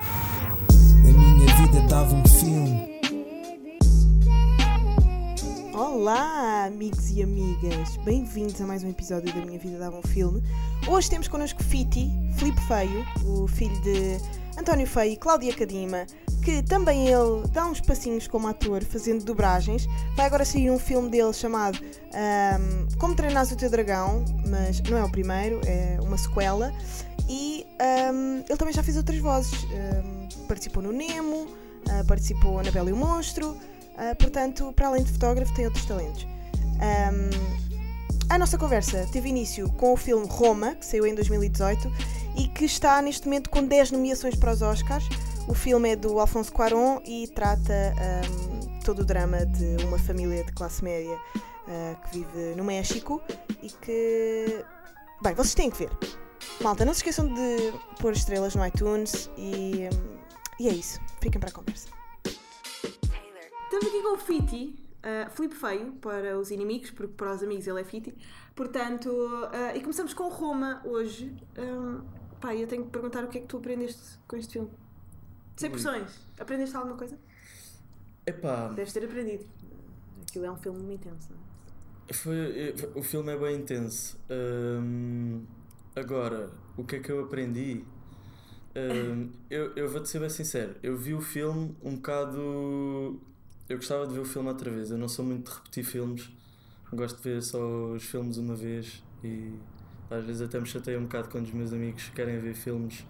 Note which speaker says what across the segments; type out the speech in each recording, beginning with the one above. Speaker 1: A minha vida dava um filme.
Speaker 2: Olá, amigos e amigas! Bem-vindos a mais um episódio da Minha Vida Dava um Filme. Hoje temos connosco Fiti, Filipe Feio, o filho de António Feio e Cláudia Cadima, que também ele dá uns passinhos como ator, fazendo dobragens. Vai agora sair um filme dele chamado ahm, Como Treinas o Teu Dragão, mas não é o primeiro, é uma sequela. E ahm, ele também já fez outras vozes. ahm, participou no Nemo, ah, participou na Bela e o Monstro. Uh, portanto, para além de fotógrafo, tem outros talentos. Um, a nossa conversa teve início com o filme Roma, que saiu em 2018 e que está neste momento com 10 nomeações para os Oscars. O filme é do Alfonso Cuarón e trata um, todo o drama de uma família de classe média uh, que vive no México e que. Bem, vocês têm que ver. Malta, não se esqueçam de pôr estrelas no iTunes e, um, e é isso. Fiquem para a conversa. Estamos aqui com o Fiti, uh, Filipe Feio, para os inimigos, porque para os amigos ele é Fiti. Portanto, uh, e começamos com Roma hoje. Um, pá, eu tenho que perguntar o que é que tu aprendeste com este filme. Sem pressões. Aprendeste alguma coisa?
Speaker 3: Epá,
Speaker 2: Deves ter aprendido. Aquilo é um filme muito intenso, não é?
Speaker 3: foi, foi- o filme é bem intenso. Hum, agora, o que é que eu aprendi? Hum, eu eu vou-te ser bem sincero. Eu vi o filme um bocado. Eu gostava de ver o filme outra vez. Eu não sou muito de repetir filmes. Gosto de ver só os filmes uma vez e às vezes até me chateio um bocado quando os meus amigos querem ver filmes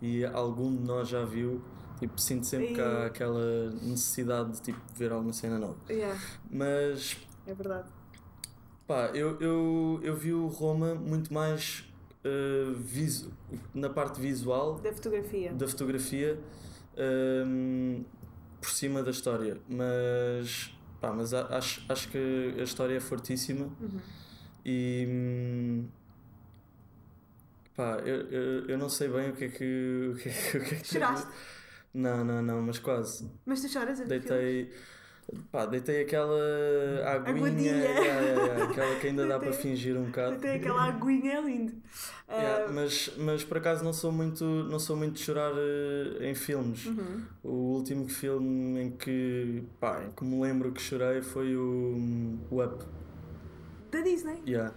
Speaker 3: e algum de nós já viu. Tipo, sinto sempre que há
Speaker 2: Sim.
Speaker 3: aquela necessidade de tipo, ver alguma cena nova.
Speaker 2: Yeah,
Speaker 3: Mas
Speaker 2: é verdade.
Speaker 3: Pá, eu, eu, eu vi o Roma muito mais eh, visu na parte visual
Speaker 2: Da fotografia.
Speaker 3: da fotografia ehm, por cima da história, mas, pá, mas a- acho, acho que a história é fortíssima
Speaker 2: Uhum.
Speaker 3: e hum, pá, eu, eu, eu não sei bem o que é que. O que é que, o que é que
Speaker 2: Choraste?
Speaker 3: Não, não, não, mas quase.
Speaker 2: Mas tu choras a ver filmes?
Speaker 3: Deitei, pá, deitei aquela aguinha,
Speaker 2: Aguadinha.
Speaker 3: yeah, yeah, yeah, aquela que ainda dá para
Speaker 2: Deitei-
Speaker 3: fingir um bocado.
Speaker 2: Tem aquela aguinha é lindo. Ah,
Speaker 3: Yeah, mas, mas por acaso não sou muito, não sou muito de chorar eh, em filmes.
Speaker 2: uhum.
Speaker 3: O último filme em que, pá, em que me lembro que chorei foi o, o Up.
Speaker 2: Da Disney.
Speaker 3: Yeah.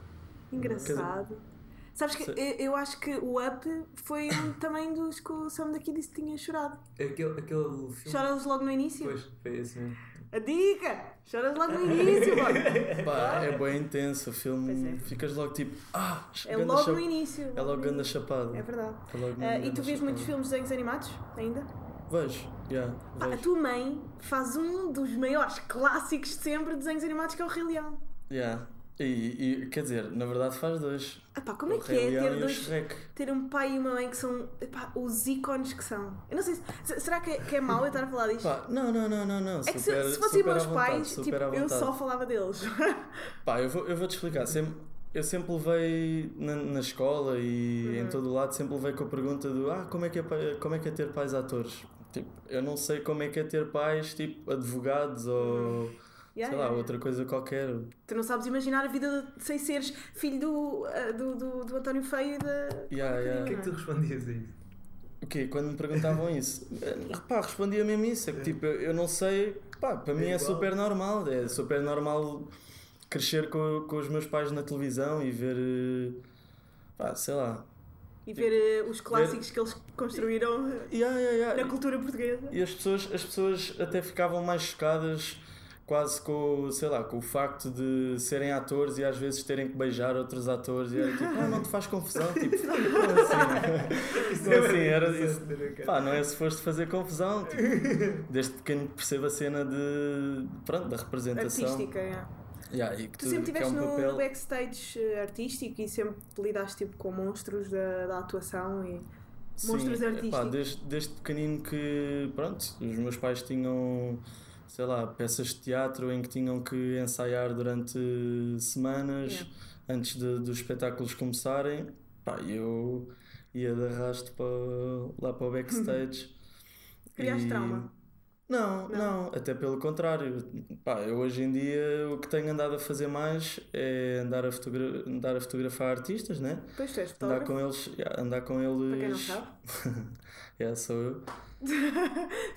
Speaker 2: Engraçado. Sabes que
Speaker 3: Sei.
Speaker 2: eu, eu acho que o Up foi um também dos que o Sam daqui disse que tinha chorado.
Speaker 4: Aquele, aquele filme.
Speaker 2: Choras logo no início?
Speaker 4: Pois, foi esse mesmo.
Speaker 2: A dica! Choras logo no início, mano.
Speaker 3: Pá, é bem intenso o filme.
Speaker 2: Pois é.
Speaker 3: Ficas logo tipo, ah,
Speaker 2: É
Speaker 3: ganda
Speaker 2: logo
Speaker 3: cha-
Speaker 2: no início.
Speaker 3: É logo ganda chapada.
Speaker 2: É verdade.
Speaker 3: É logo
Speaker 2: Ah, e
Speaker 3: ganda
Speaker 2: tu vês
Speaker 3: chapada.
Speaker 2: muitos filmes de desenhos animados ainda?
Speaker 3: Vejo, yeah,
Speaker 2: Pá, Ah, a
Speaker 3: vejo.
Speaker 2: tua mãe faz um dos maiores clássicos de sempre de desenhos animados que é o Rei Leão.
Speaker 3: Yeah. E, e, quer dizer, na verdade faz dois.
Speaker 2: Ah, pá, como é
Speaker 3: o
Speaker 2: que é
Speaker 3: Rei Leão
Speaker 2: ter
Speaker 3: e o
Speaker 2: dois
Speaker 3: Shrek.
Speaker 2: ter um pai e uma mãe que são epá, os ícones que são. Eu não sei se, se- será que é, que é mau eu estar a falar disto?
Speaker 3: Pá, não, não, não, não, não.
Speaker 2: é que se, se fossem meus pais, tipo, eu só falava deles.
Speaker 3: Pá, eu vou, eu vou te explicar. Sempre, eu sempre levei na, na escola e
Speaker 2: Uhum.
Speaker 3: em todo o lado, sempre levei com a pergunta do ah, como é que é, pa- como é, que é ter pais atores? Tipo, eu não sei como é que é ter pais, tipo, advogados ou
Speaker 2: Uhum. Yeah,
Speaker 3: sei lá,
Speaker 2: yeah.
Speaker 3: outra coisa qualquer.
Speaker 2: Tu não sabes imaginar a vida de- sem seres filho do, ah, do, do, do António Feio e da.
Speaker 3: Yeah,
Speaker 4: O
Speaker 3: yeah.
Speaker 4: que é que tu respondias a isso?
Speaker 3: O quê? Quando me perguntavam isso, eh, pá, respondia mesmo isso. É que tipo, eu, eu não sei, pá, para mim é
Speaker 4: igual.
Speaker 3: super normal. É super normal crescer com, com os meus pais na televisão e ver, eh, pá, sei lá.
Speaker 2: E ver ah, os clássicos que eles construíram ah,
Speaker 3: Yeah, yeah, yeah.
Speaker 2: na cultura portuguesa.
Speaker 3: E as pessoas, as pessoas até ficavam mais chocadas quase com, o- sei lá, com o facto de serem atores e às vezes terem que beijar outros atores e era tipo, ah, não te faz confusão, tipo, como assim?
Speaker 4: é
Speaker 3: Como assim? Era isso. Pá, não é se foste fazer confusão, tipo, desde pequeno que percebo a cena de, pronto, da representação.
Speaker 2: Artística, yeah.
Speaker 3: Yeah, e que
Speaker 2: Tu sempre
Speaker 3: que é
Speaker 2: estiveste
Speaker 3: um
Speaker 2: no
Speaker 3: papel...
Speaker 2: backstage ah, artístico e sempre lidaste tipo, com monstros da, da atuação e. monstros
Speaker 3: epá,
Speaker 2: artísticos.
Speaker 3: desde, desde pequenino que, pronto, os meus pais tinham, sei lá, peças de teatro em que tinham que ensaiar durante semanas
Speaker 2: Yeah.
Speaker 3: antes de- dos espetáculos começarem. Pá, e eu ia de arrasto para, lá para o backstage.
Speaker 2: Criaste
Speaker 3: E-
Speaker 2: trauma.
Speaker 3: Não,
Speaker 2: Não.
Speaker 3: não, até pelo contrário. Pá, eu hoje em dia o que tenho andado a fazer mais é andar a, fotogra- andar a fotografar artistas, né?
Speaker 2: Pois tu és
Speaker 3: Andar
Speaker 2: fotógrafo,
Speaker 3: com eles. yeah, andar com
Speaker 2: para quem não
Speaker 3: eles.
Speaker 2: sabe.
Speaker 3: yeah, sou eu.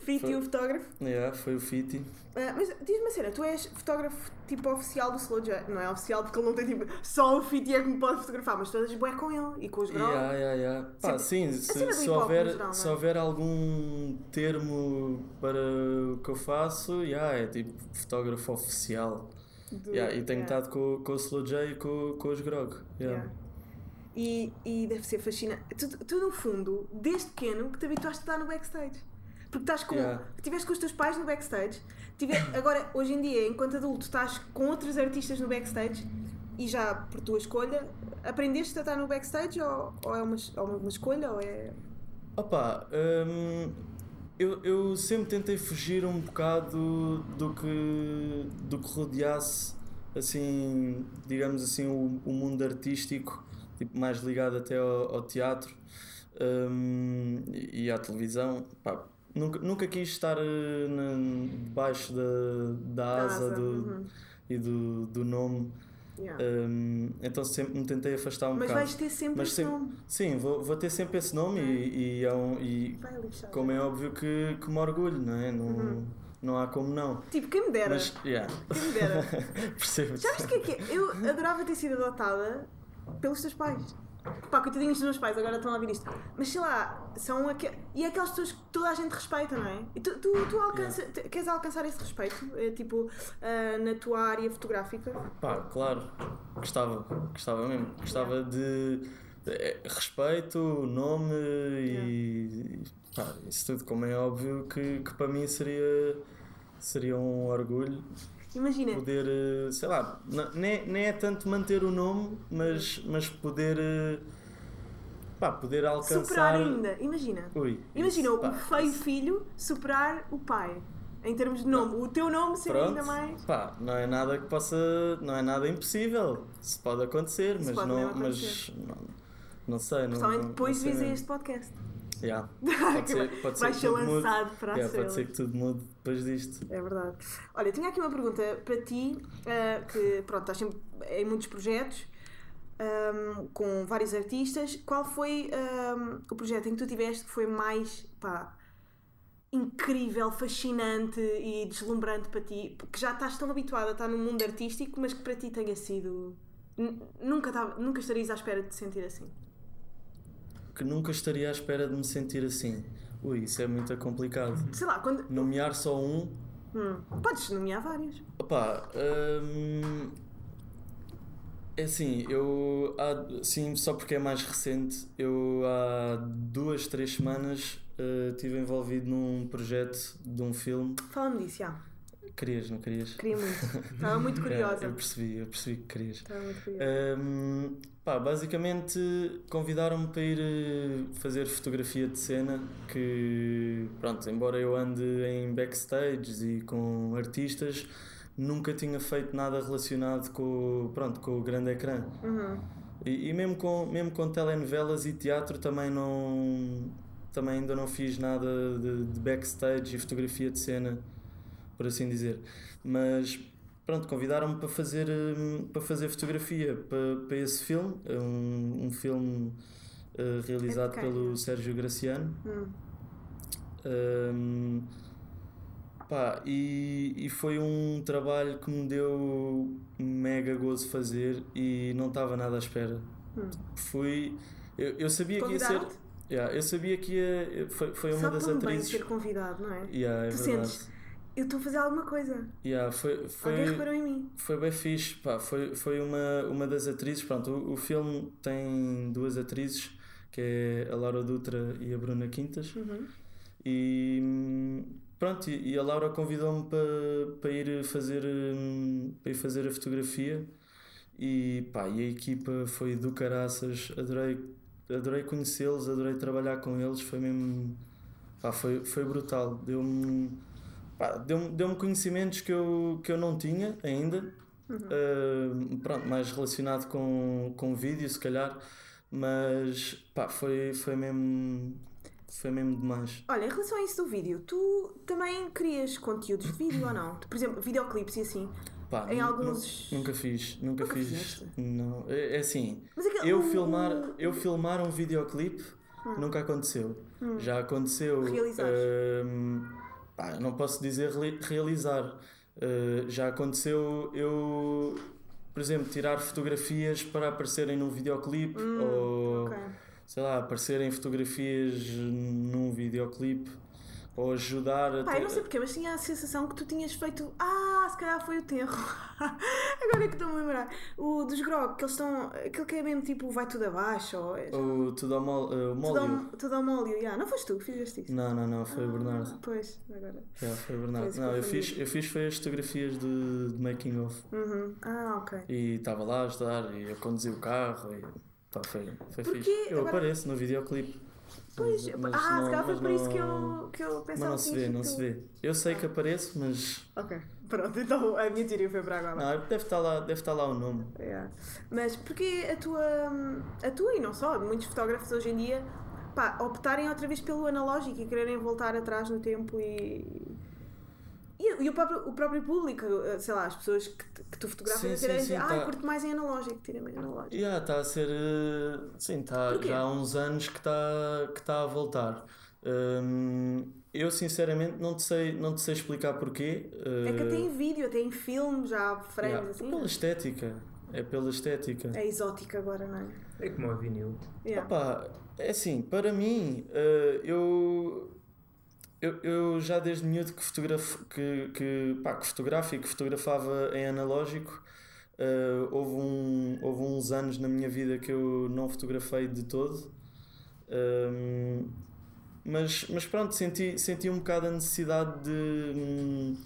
Speaker 2: Fiti,
Speaker 3: Foi-
Speaker 2: o um fotógrafo.
Speaker 3: Yeah, foi o Fiti.
Speaker 2: Ah, mas diz-me uma cena, tu és fotógrafo tipo oficial do Slow J. Não é oficial porque ele não tem tipo. Só o Fiti é que me pode fotografar, mas tu andas bué com ele e com os grau.
Speaker 3: Yeah, yeah, yeah. Pá, sim,
Speaker 2: cena do
Speaker 3: se, se
Speaker 2: hip hop é no
Speaker 3: houver,
Speaker 2: geral,
Speaker 3: se
Speaker 2: não é?
Speaker 3: houver algum termo para o que eu faço, yeah, é tipo fotógrafo oficial.
Speaker 2: do-
Speaker 3: Yeah, e tenho
Speaker 2: yeah,
Speaker 3: estado com, com o Slow J e com, com os Grog. Yeah.
Speaker 2: yeah. E, e deve ser fascinante. Tu, tu, no fundo, desde pequeno, que te habituaste a estar no backstage. Porque estás com.
Speaker 3: Yeah.
Speaker 2: Tiveste com os teus pais no backstage. Tive, agora, hoje em dia, enquanto adulto, estás com outros artistas no backstage e já por tua escolha. Aprendeste a estar no backstage ou, ou é uma, es- ou uma escolha ou é.
Speaker 3: Opa, hum, eu, eu sempre tentei fugir um bocado do que, do que rodeasse, assim, digamos assim, o, o mundo artístico, tipo, mais ligado até ao, ao teatro, hum, e, e à televisão. Pá, nunca, nunca quis estar eh, na- debaixo da, da asa do,
Speaker 2: uhum.
Speaker 3: e do, do nome,
Speaker 2: Yeah.
Speaker 3: hum, então sempre me tentei afastar um
Speaker 2: Mas então-
Speaker 3: bocado.
Speaker 2: vais ter sempre
Speaker 3: Mas
Speaker 2: esse
Speaker 3: sempre-
Speaker 2: nome.
Speaker 3: Sim, vou, vou ter sempre esse nome e, e é um- e
Speaker 2: Vai lixar.
Speaker 3: como é óbvio que, que me orgulho, não é? Não,
Speaker 2: Uhum.
Speaker 3: não há como não.
Speaker 2: Tipo, quem me dera.
Speaker 3: Mas, yeah,
Speaker 2: Quem me dera.
Speaker 3: percebo.
Speaker 2: Já viste o que é que é? Eu adorava ter sido adotada pelos teus pais. Pá, coitadinhos dos meus pais, agora estão a ouvir isto. Mas sei lá, são aque... e é aquelas pessoas que toda a gente respeita, não é? E tu, tu, tu alcança- te- queres alcançar esse respeito? É, tipo, ah, na tua área fotográfica?
Speaker 3: Pá, claro, gostava, gostava mesmo. Gostava de, eh, respeito, nome e. pá, isso tudo, como é óbvio que, que para mim seria, seria um orgulho
Speaker 2: Imagina.
Speaker 3: poder, eh, sei lá, n- nem, nem é tanto manter o nome, mas, mas poder. eh, pá, poder alcançar.
Speaker 2: Superar ainda, imagina.
Speaker 3: Ui,
Speaker 2: Imagina
Speaker 3: isso,
Speaker 2: o
Speaker 3: pá,
Speaker 2: feio filho superar o pai. Em termos de nome, o teu nome ser
Speaker 3: Pronto,
Speaker 2: ainda mais.
Speaker 3: pá, não é nada que possa, não é nada impossível. Se pode acontecer,
Speaker 2: Isso
Speaker 3: mas
Speaker 2: pode
Speaker 3: não,
Speaker 2: mesmo
Speaker 3: mas não, não sei, não- não,
Speaker 2: Principalmente
Speaker 3: não
Speaker 2: depois de
Speaker 3: sei
Speaker 2: dizer
Speaker 3: mesmo.
Speaker 2: este podcast.
Speaker 3: Yeah, Pode ser, pode ser
Speaker 2: Vai
Speaker 3: que
Speaker 2: ser
Speaker 3: tudo mude.
Speaker 2: lançado para a
Speaker 3: Yeah,
Speaker 2: estrela.
Speaker 3: pode ser que tudo mude depois disto.
Speaker 2: É verdade. Olha, tinha aqui uma pergunta para ti, ah, que pronto, estás sempre em muitos projetos, ahm, com vários artistas. Qual foi ahm, o projeto em que tu tiveste que foi mais pá, incrível, fascinante e deslumbrante para ti? Que já estás tão habituada a estar no mundo artístico, mas que para ti tenha sido. N- Nunca, tava- nunca estarias à espera de te sentir assim.
Speaker 3: Que nunca estaria à espera de me sentir assim. Ui, isso é muito complicado.
Speaker 2: Sei lá, quando.
Speaker 3: Nomear só um
Speaker 2: Hum, podes nomear vários.
Speaker 3: Opa, hum, é assim, eu há, sim, só porque é mais recente, eu há duas, três semanas eh, estive envolvido num projeto de um filme.
Speaker 2: Fala-me disso, já.
Speaker 3: Querias, não querias?
Speaker 2: Queria muito. Estava muito
Speaker 3: É,
Speaker 2: curiosa.
Speaker 3: eu percebi, eu percebi que querias.
Speaker 2: Estava muito curiosa.
Speaker 3: Hum, pá, basicamente convidaram-me para ir eh, fazer fotografia de cena que pronto, embora eu ande em backstages e com artistas, nunca tinha feito nada relacionado com, o- pronto, com o grande ecrã.
Speaker 2: Uhum.
Speaker 3: E, e mesmo com mesmo com telenovelas e teatro também não também ainda não fiz nada de, de backstage e fotografia de cena, por assim dizer. Mas pronto, convidaram-me para fazer hum, para fazer fotografia para, para esse filme, É um, um filme eh, realizado
Speaker 2: quem?
Speaker 3: pelo Sérgio Graciano.
Speaker 2: Hum.
Speaker 3: Hum, pá, e, e foi um trabalho que me deu mega gozo fazer e não estava nada à espera.
Speaker 2: Hum.
Speaker 3: Fui. Eu, eu sabia que ia ser.
Speaker 2: Convidaram-te?
Speaker 3: Yeah, eu sabia que ia. Foi, foi uma
Speaker 2: Só
Speaker 3: das
Speaker 2: tão
Speaker 3: atrizes.
Speaker 2: bem ser convidado, não é?
Speaker 3: Yeah, é
Speaker 2: Tu
Speaker 3: verdade.
Speaker 2: sentes? Eu estou a fazer alguma coisa.
Speaker 3: Yeah, foi,
Speaker 2: Alguém
Speaker 3: foi,
Speaker 2: reparou
Speaker 5: um
Speaker 2: em mim.
Speaker 3: foi bem fixe. Pá, foi, foi uma, uma das atrizes. Pronto, o, o filme tem duas atrizes, que é a Laura Dutra e a Bruna Quintas.
Speaker 2: Uhum.
Speaker 3: E hum, pronto, e e a Laura convidou-me para, para ir fazer hum, para ir fazer a fotografia e pá, e a equipa foi do caraças, adorei, adorei conhecê-los, adorei trabalhar com eles, foi mesmo pá, foi, foi brutal, deu-me pá, deu-me deu conhecimentos que eu, que eu não tinha ainda,
Speaker 5: Uhum.
Speaker 3: Ah, pronto, mais relacionado com, com vídeo se calhar, mas pá, foi, foi mesmo Foi mesmo demais.
Speaker 5: Olha, em relação a isso do vídeo, tu também crias conteúdos de vídeo ou não? Por exemplo, videoclipes e assim.
Speaker 3: Pá,
Speaker 5: Em
Speaker 3: nu-
Speaker 5: alguns-
Speaker 3: nu- Nunca fiz, nunca,
Speaker 5: Nunca
Speaker 3: fiz.
Speaker 5: fizeste?
Speaker 3: Não, é, é assim,
Speaker 5: Mas aquele-
Speaker 3: eu
Speaker 5: o-
Speaker 3: filmar, eu filmar um videoclipe
Speaker 5: Hum.
Speaker 3: nunca aconteceu. Já aconteceu.
Speaker 5: Realizares.
Speaker 3: hum, pá, não posso dizer reali- realizar. Uh, já aconteceu eu, por exemplo, tirar fotografias para aparecerem num videoclipe ou
Speaker 5: Hum, Ok.
Speaker 3: sei lá, aparecerem fotografias num videoclipe ou ajudar a
Speaker 5: Pá, eu não
Speaker 3: ter-
Speaker 5: sei porquê, mas tinha a sensação que tu tinhas feito. Ah, se calhar foi o tenro. Agora é que estou-me a lembrar. O dos Grog, que eles estão. Aquele que é mesmo tipo vai tudo abaixo ou. é,
Speaker 3: ou tudo ao mol- eh, o
Speaker 5: Tudo
Speaker 3: molho.
Speaker 5: ao, tudo ao molho, yeah. não foste tu que fizeste isso?
Speaker 3: Não, não, não,
Speaker 5: Ah.
Speaker 3: foi o Bernardo.
Speaker 5: Pois, agora.
Speaker 3: Já, foi o Bernardo.
Speaker 5: Pois,
Speaker 3: Não, eu
Speaker 5: confundi.
Speaker 3: fiz, eu fiz foi as fotografias de, de making of.
Speaker 5: Uhum. Ah, ok.
Speaker 3: E estava lá a ajudar e eu conduzi o carro e pá, foi, foi
Speaker 5: Porquê?
Speaker 3: fixe. Eu
Speaker 5: Agora-
Speaker 3: apareço no videoclipe.
Speaker 5: Pois,
Speaker 3: Mas
Speaker 5: ah,
Speaker 3: não-
Speaker 5: se calhar foi
Speaker 3: mas
Speaker 5: por isso que
Speaker 3: não-
Speaker 5: eu, que eu
Speaker 3: Mas
Speaker 5: pensava
Speaker 3: não
Speaker 5: que Ah.
Speaker 3: se
Speaker 5: tinhas
Speaker 3: vê, não
Speaker 5: sido
Speaker 3: se
Speaker 5: tu.
Speaker 3: vê. Eu sei que apareço, mas.
Speaker 5: Ok, pronto, então a minha teoria foi para agora.
Speaker 3: Não, deve estar lá, deve estar lá o nome.
Speaker 5: Yeah. Mas porque a tua, a tua e não só, de muitos fotógrafos hoje em dia pá, optarem outra vez pelo analógico e quererem voltar atrás no tempo e. E, e o, próprio, o próprio público, eh, sei lá, as pessoas que, te- que tu
Speaker 3: Sim,
Speaker 5: fotografas
Speaker 3: sim,
Speaker 5: querem
Speaker 3: sim,
Speaker 5: dizer, ah,
Speaker 3: tá.
Speaker 5: curto mais em analógico, tira-me em analógico.
Speaker 3: Já ah, está a ser. eh, Sim, tá,
Speaker 5: Porquê?
Speaker 3: já há uns anos que está que tá a voltar. Hum, eu sinceramente não te sei, não te sei explicar porquê.
Speaker 5: É que
Speaker 3: eh,
Speaker 5: até em vídeo, até em filme, já há frames
Speaker 3: yeah.
Speaker 5: assim.
Speaker 3: Pela estética. É pela estética.
Speaker 5: É exótico agora, não é?
Speaker 4: É como o vinil.
Speaker 5: Yeah.
Speaker 3: Opa, é assim, para mim, eh, eu, eu, eu já desde miúdo que, fotografo, que, que, pá, que fotografo e que fotografava em analógico, eh, houve, um, houve uns anos na minha vida que eu não fotografei de todo, Ahm, mas, mas pronto, senti, senti um bocado a necessidade de, hum,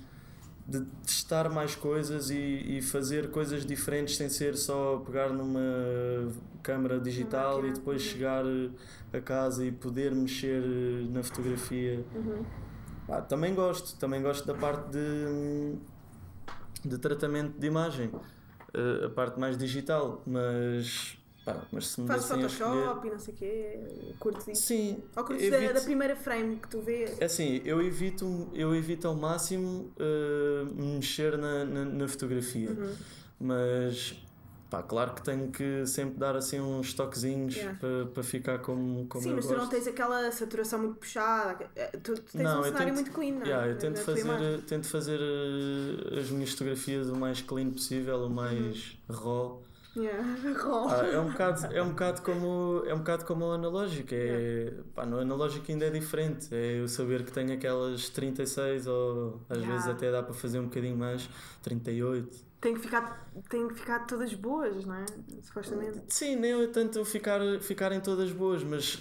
Speaker 3: de testar mais coisas e, e fazer coisas diferentes sem ser só pegar numa câmara digital e
Speaker 5: máquina. uhum.
Speaker 3: depois chegar eh, a casa e poder mexer eh, na fotografia.
Speaker 5: Uhum.
Speaker 3: Ah, também gosto, também gosto da parte de, hum, de tratamento de imagem, eh, a parte mais digital, mas, pá, mas se me
Speaker 5: Fazes
Speaker 3: dessem a escolher-
Speaker 5: Photoshop e não sei o quê, curtes isso.
Speaker 3: Sim,
Speaker 5: Ou curtes da,
Speaker 3: evito,
Speaker 5: da primeira frame que tu vês.
Speaker 3: é assim, eu evito, eu evito ao máximo eh, mexer na, na, na fotografia,
Speaker 5: Uhum.
Speaker 3: mas pá, claro que tenho que sempre dar assim uns toquezinhos
Speaker 5: Yeah.
Speaker 3: para, para ficar como, como
Speaker 5: Sim,
Speaker 3: eu
Speaker 5: mas tu
Speaker 3: gosto.
Speaker 5: não tens aquela saturação muito
Speaker 3: Ah,
Speaker 5: puxada, eh, tu, tu tens
Speaker 3: Não,
Speaker 5: um
Speaker 3: eu
Speaker 5: cenário
Speaker 3: tento-
Speaker 5: muito clean, não é?
Speaker 3: Yeah, eu
Speaker 5: Na-
Speaker 3: tento
Speaker 5: na tua imagem.
Speaker 3: fazer, tento fazer eh, as minhas fotografias o mais clean possível,
Speaker 5: Uhum.
Speaker 3: o mais raw.
Speaker 5: Yeah. Raw.
Speaker 3: Ah, é um bocado, é um bocado como é um bocado como o analógico. É, pá, no analógico ainda é diferente. É eu saber que tenho aquelas 36 ou às
Speaker 5: Yeah.
Speaker 3: vezes até dá para fazer um bocadinho mais, 38.
Speaker 5: Tem, que ficar, tem que ficar todas boas, não é?
Speaker 3: Hum,
Speaker 5: Supostamente.
Speaker 3: Sim, nem eu tanto ficar ficarem todas boas, mas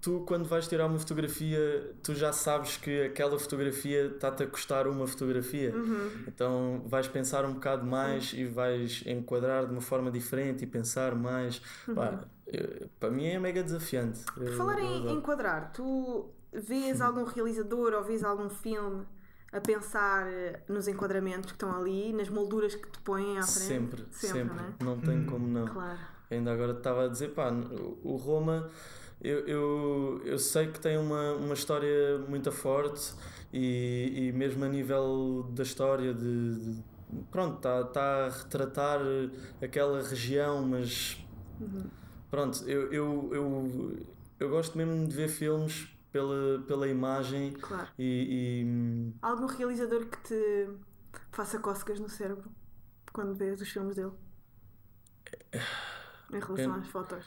Speaker 3: tu quando vais tirar uma fotografia, tu já sabes que aquela fotografia está-te a custar uma fotografia.
Speaker 5: Uhum.
Speaker 3: Então vais pensar um bocado mais e vais enquadrar de uma forma diferente e pensar mais. Pá, eu- para mim é mega desafiante.
Speaker 5: Uhum. Por
Speaker 3: Eu-
Speaker 5: falar
Speaker 3: eu
Speaker 5: em
Speaker 3: adoro.
Speaker 5: enquadrar, tu vês algum realizador ou vês algum filme a pensar eh, nos enquadramentos que estão ali, nas molduras que te põem à frente?
Speaker 3: Sempre, sempre,
Speaker 5: não é?
Speaker 3: Não tem como não.
Speaker 5: Claro.
Speaker 3: Ainda agora estava a dizer, pá, o o Roma, eu, eu, eu sei que tem uma, uma história muito forte e, e mesmo a nível da história de, de- pronto, está tá a retratar eh, aquela região, mas pronto, eu, eu, eu, eu gosto mesmo de ver filmes pela, pela imagem
Speaker 5: Claro.
Speaker 3: e, e
Speaker 5: Algum realizador que te faça cócegas no cérebro quando vês os filmes dele? Em relação
Speaker 3: Eu-
Speaker 5: às fotos.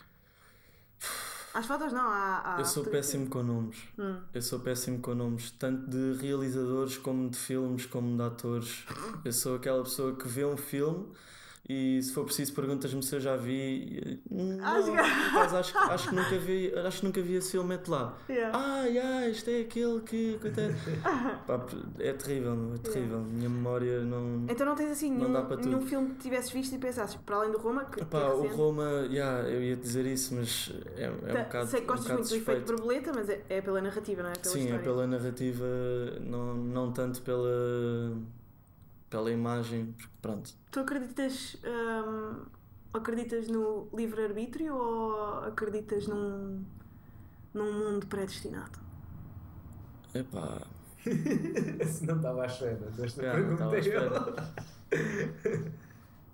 Speaker 5: Às fotos não, à, à
Speaker 3: eu sou
Speaker 5: fotografia.
Speaker 3: péssimo com nomes.
Speaker 5: Ah, Hum.
Speaker 3: Eu sou péssimo com nomes, tanto de realizadores como de filmes, como de atores. Eu sou aquela pessoa que vê um filme e se for preciso perguntas-me se eu já vi. e, "Hum,
Speaker 5: Ah,
Speaker 3: não,
Speaker 5: já."
Speaker 3: por acaso, acho, acho que nunca vi, acho que nunca vi esse filme, mete lá.
Speaker 5: Yeah.
Speaker 3: Ah, yeah, isto é aquele que. que até-" Pá, é terrível, meu, é terrível. Minha memória não.
Speaker 5: Então não tens assim
Speaker 3: Não
Speaker 5: nenhum,
Speaker 3: dá para
Speaker 5: nenhum
Speaker 3: tudo.
Speaker 5: filme que tivesses visto e pensasses, para além do Roma, que, que
Speaker 3: Pá,
Speaker 5: é
Speaker 3: o
Speaker 5: recente.
Speaker 3: Roma, yeah, eu ia dizer isso, mas é, é um
Speaker 5: Tá,
Speaker 3: bocado.
Speaker 5: Sei que
Speaker 3: um
Speaker 5: gostas
Speaker 3: bocado
Speaker 5: muito do efeito
Speaker 3: suspeito.
Speaker 5: borboleta, mas é, é pela narrativa, não é? Pela
Speaker 3: Sim,
Speaker 5: história.
Speaker 3: é pela narrativa, não, não tanto pela, pela imagem, porque pronto.
Speaker 5: Tu acreditas, hum, acreditas no livre-arbítrio ou acreditas num,
Speaker 2: num mundo predestinado.
Speaker 3: Epá.
Speaker 4: Se não estava à espera desta
Speaker 3: Já, não
Speaker 4: pergunta.
Speaker 3: estava à
Speaker 4: eu.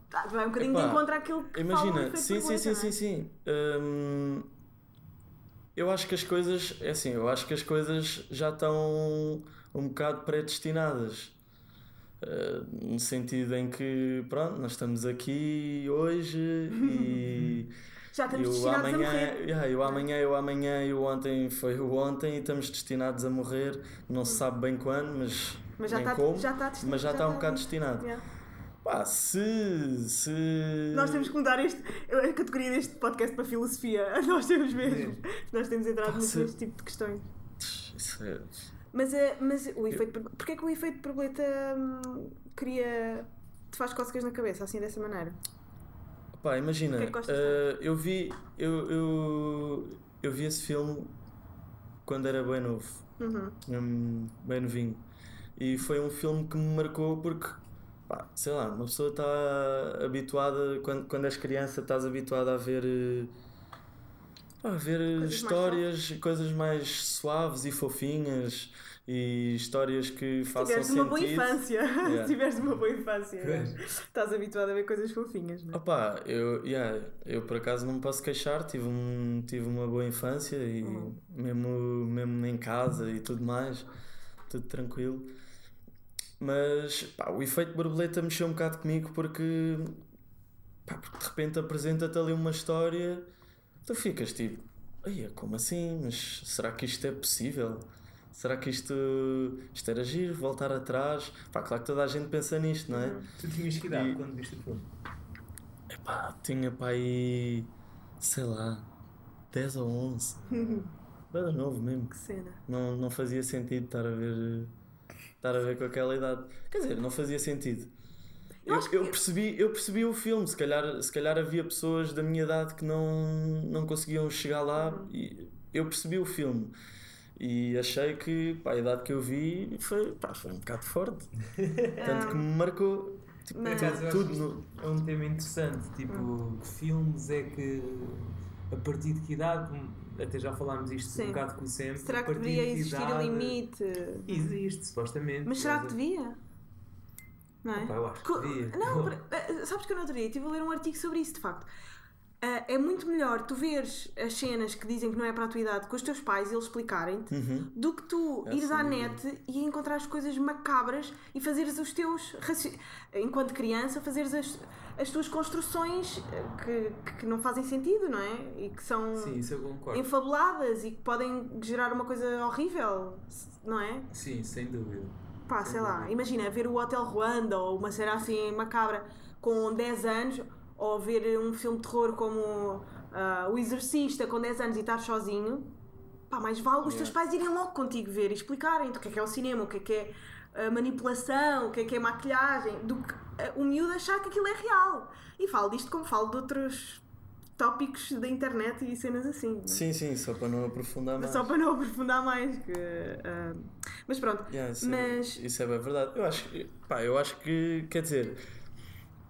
Speaker 2: Tá, vai um bocadinho de
Speaker 3: Epá,
Speaker 2: encontro àquilo que falam e
Speaker 3: Imagina,
Speaker 2: foi
Speaker 3: sim, sim,
Speaker 2: pergunta,
Speaker 3: sim,
Speaker 2: não é?
Speaker 3: sim, sim. Hum, eu acho que as coisas, é assim, eu acho que as coisas já estão um bocado predestinadas. Uh, no sentido em que, pronto, nós estamos aqui hoje e
Speaker 2: Já estamos
Speaker 3: eu
Speaker 2: destinados a
Speaker 3: amanhã, é-
Speaker 2: morrer. é?
Speaker 3: yeah, eu amanhã, eu amanhã, e o ontem foi o ontem e estamos destinados a morrer. Não se sabe bem quando, mas,
Speaker 2: Mas já
Speaker 3: nem
Speaker 2: está
Speaker 3: como,
Speaker 2: já tá está destinado.
Speaker 3: mas já está um bocado destinado.
Speaker 2: Yeah.
Speaker 3: Pá, se, se...
Speaker 2: Nós temos que mudar este, a categoria deste podcast para filosofia. Nós temos mesmo. Nós temos entrado
Speaker 3: Pá,
Speaker 2: muito
Speaker 3: se-
Speaker 2: neste tipo de questões.
Speaker 3: Isso é-
Speaker 2: Mas, eh, mas o efeito. por- Porquê é que o efeito borboleta hum, cria. te faz cócegas na cabeça, assim dessa maneira?
Speaker 3: Pá, imagina,
Speaker 2: O que é que gostas
Speaker 3: eh, eu vi eu, eu, eu vi esse filme quando era bem novo,
Speaker 2: Uhum.
Speaker 3: hum, bem novinho. E foi um filme que me marcou porque, pá, sei lá, uma pessoa está habituada, quando, quando és criança, estás habituada a ver. eh, A ver
Speaker 2: mais
Speaker 3: histórias, coisas mais suaves e fofinhas e histórias que
Speaker 2: Se
Speaker 3: façam
Speaker 2: tiveres uma
Speaker 3: sentido.
Speaker 2: boa infância.
Speaker 3: um Yeah.
Speaker 2: Se tiveres uma boa infância.
Speaker 4: Pois.
Speaker 2: Estás habituado a ver coisas fofinhas, não é?
Speaker 3: Opa, eu, yeah, eu por acaso não me posso queixar, tive, um, tive uma boa infância e
Speaker 2: Uhum.
Speaker 3: mesmo, mesmo em casa e tudo mais, tudo tranquilo. Mas pá, o efeito borboleta mexeu um bocado comigo porque, pá, porque de repente apresenta-te ali uma história, tu ficas tipo, Eia, como assim? Mas será que isto é possível? Será que isto, isto era giro? Voltar atrás? Pá, claro que toda a gente pensa nisto, não é?
Speaker 2: Uhum.
Speaker 4: Tu tinhas que idade
Speaker 3: E-
Speaker 4: quando viste o filme?
Speaker 3: Epá, tinha para aí, sei lá, 10 ou 11. Era novo mesmo.
Speaker 2: Que cena.
Speaker 3: Não, não fazia sentido estar a ver estar a ver com aquela idade. Quer dizer, não fazia sentido.
Speaker 2: Eu
Speaker 3: Eu,
Speaker 2: acho que-
Speaker 3: eu percebi, eu percebi o filme, se calhar, se calhar havia pessoas da minha idade que não, não conseguiam chegar lá
Speaker 2: Uhum.
Speaker 3: e eu percebi o filme. E achei que pá, a idade que eu vi foi, pá, foi um bocado forte. Tanto que me marcou tipo,
Speaker 2: Mas-
Speaker 3: tudo- tudo no, Hum.
Speaker 4: É um tema interessante, tipo, que filmes é que a partir de que idade, como até já falámos isto
Speaker 2: Sim.
Speaker 4: um bocado com o Sam,
Speaker 2: Será
Speaker 4: a
Speaker 2: que
Speaker 4: partir
Speaker 2: devia
Speaker 4: de
Speaker 5: um
Speaker 2: existir o
Speaker 4: idade-
Speaker 2: limite?
Speaker 4: Existe, supostamente.
Speaker 2: Mas será que
Speaker 4: devia?
Speaker 2: devia? Não é?
Speaker 4: Opa, eu acho que
Speaker 2: Co-
Speaker 4: devia.
Speaker 2: Não, pra- eh, sabes que eu no outro dia estive a ler um artigo sobre isso, de facto. Ah, é muito melhor tu veres as cenas que dizem que não é para a tua idade com os teus pais e eles explicarem-te
Speaker 4: Uhum.
Speaker 2: do que tu
Speaker 3: É,
Speaker 2: ires à
Speaker 3: sem
Speaker 2: net e encontrares coisas macabras e fazeres os teus, raci- enquanto criança, fazeres as, as tuas construções eh, que, que não fazem sentido, não é? E que são
Speaker 4: Sim, isso eu concordo.
Speaker 2: enfabuladas e que podem gerar uma coisa horrível, se- não é?
Speaker 4: Sim, sem dúvida.
Speaker 2: Pá, sei lá, imagina ver o Hotel Ruanda ou uma cena assim macabra com 10 anos ou ver um filme de terror como ah, O Exorcista com 10 anos e estar sozinho. Pá, mais vale os teus pais irem logo contigo ver e explicarem-te o que é que é o cinema, o que é que é ah, manipulação, o que é que é maquilhagem, do que ah, o miúdo achar que aquilo é real. E falo disto como falo de outros tópicos da internet e cenas assim. não é?
Speaker 3: Sim, sim, só para não aprofundar mais.
Speaker 2: Só para não aprofundar mais. Que, ah, mas pronto.
Speaker 3: Yeah, isso,
Speaker 2: Mas-
Speaker 3: é, isso é bem verdade. Eu acho, que- pá, eu acho que, quer dizer,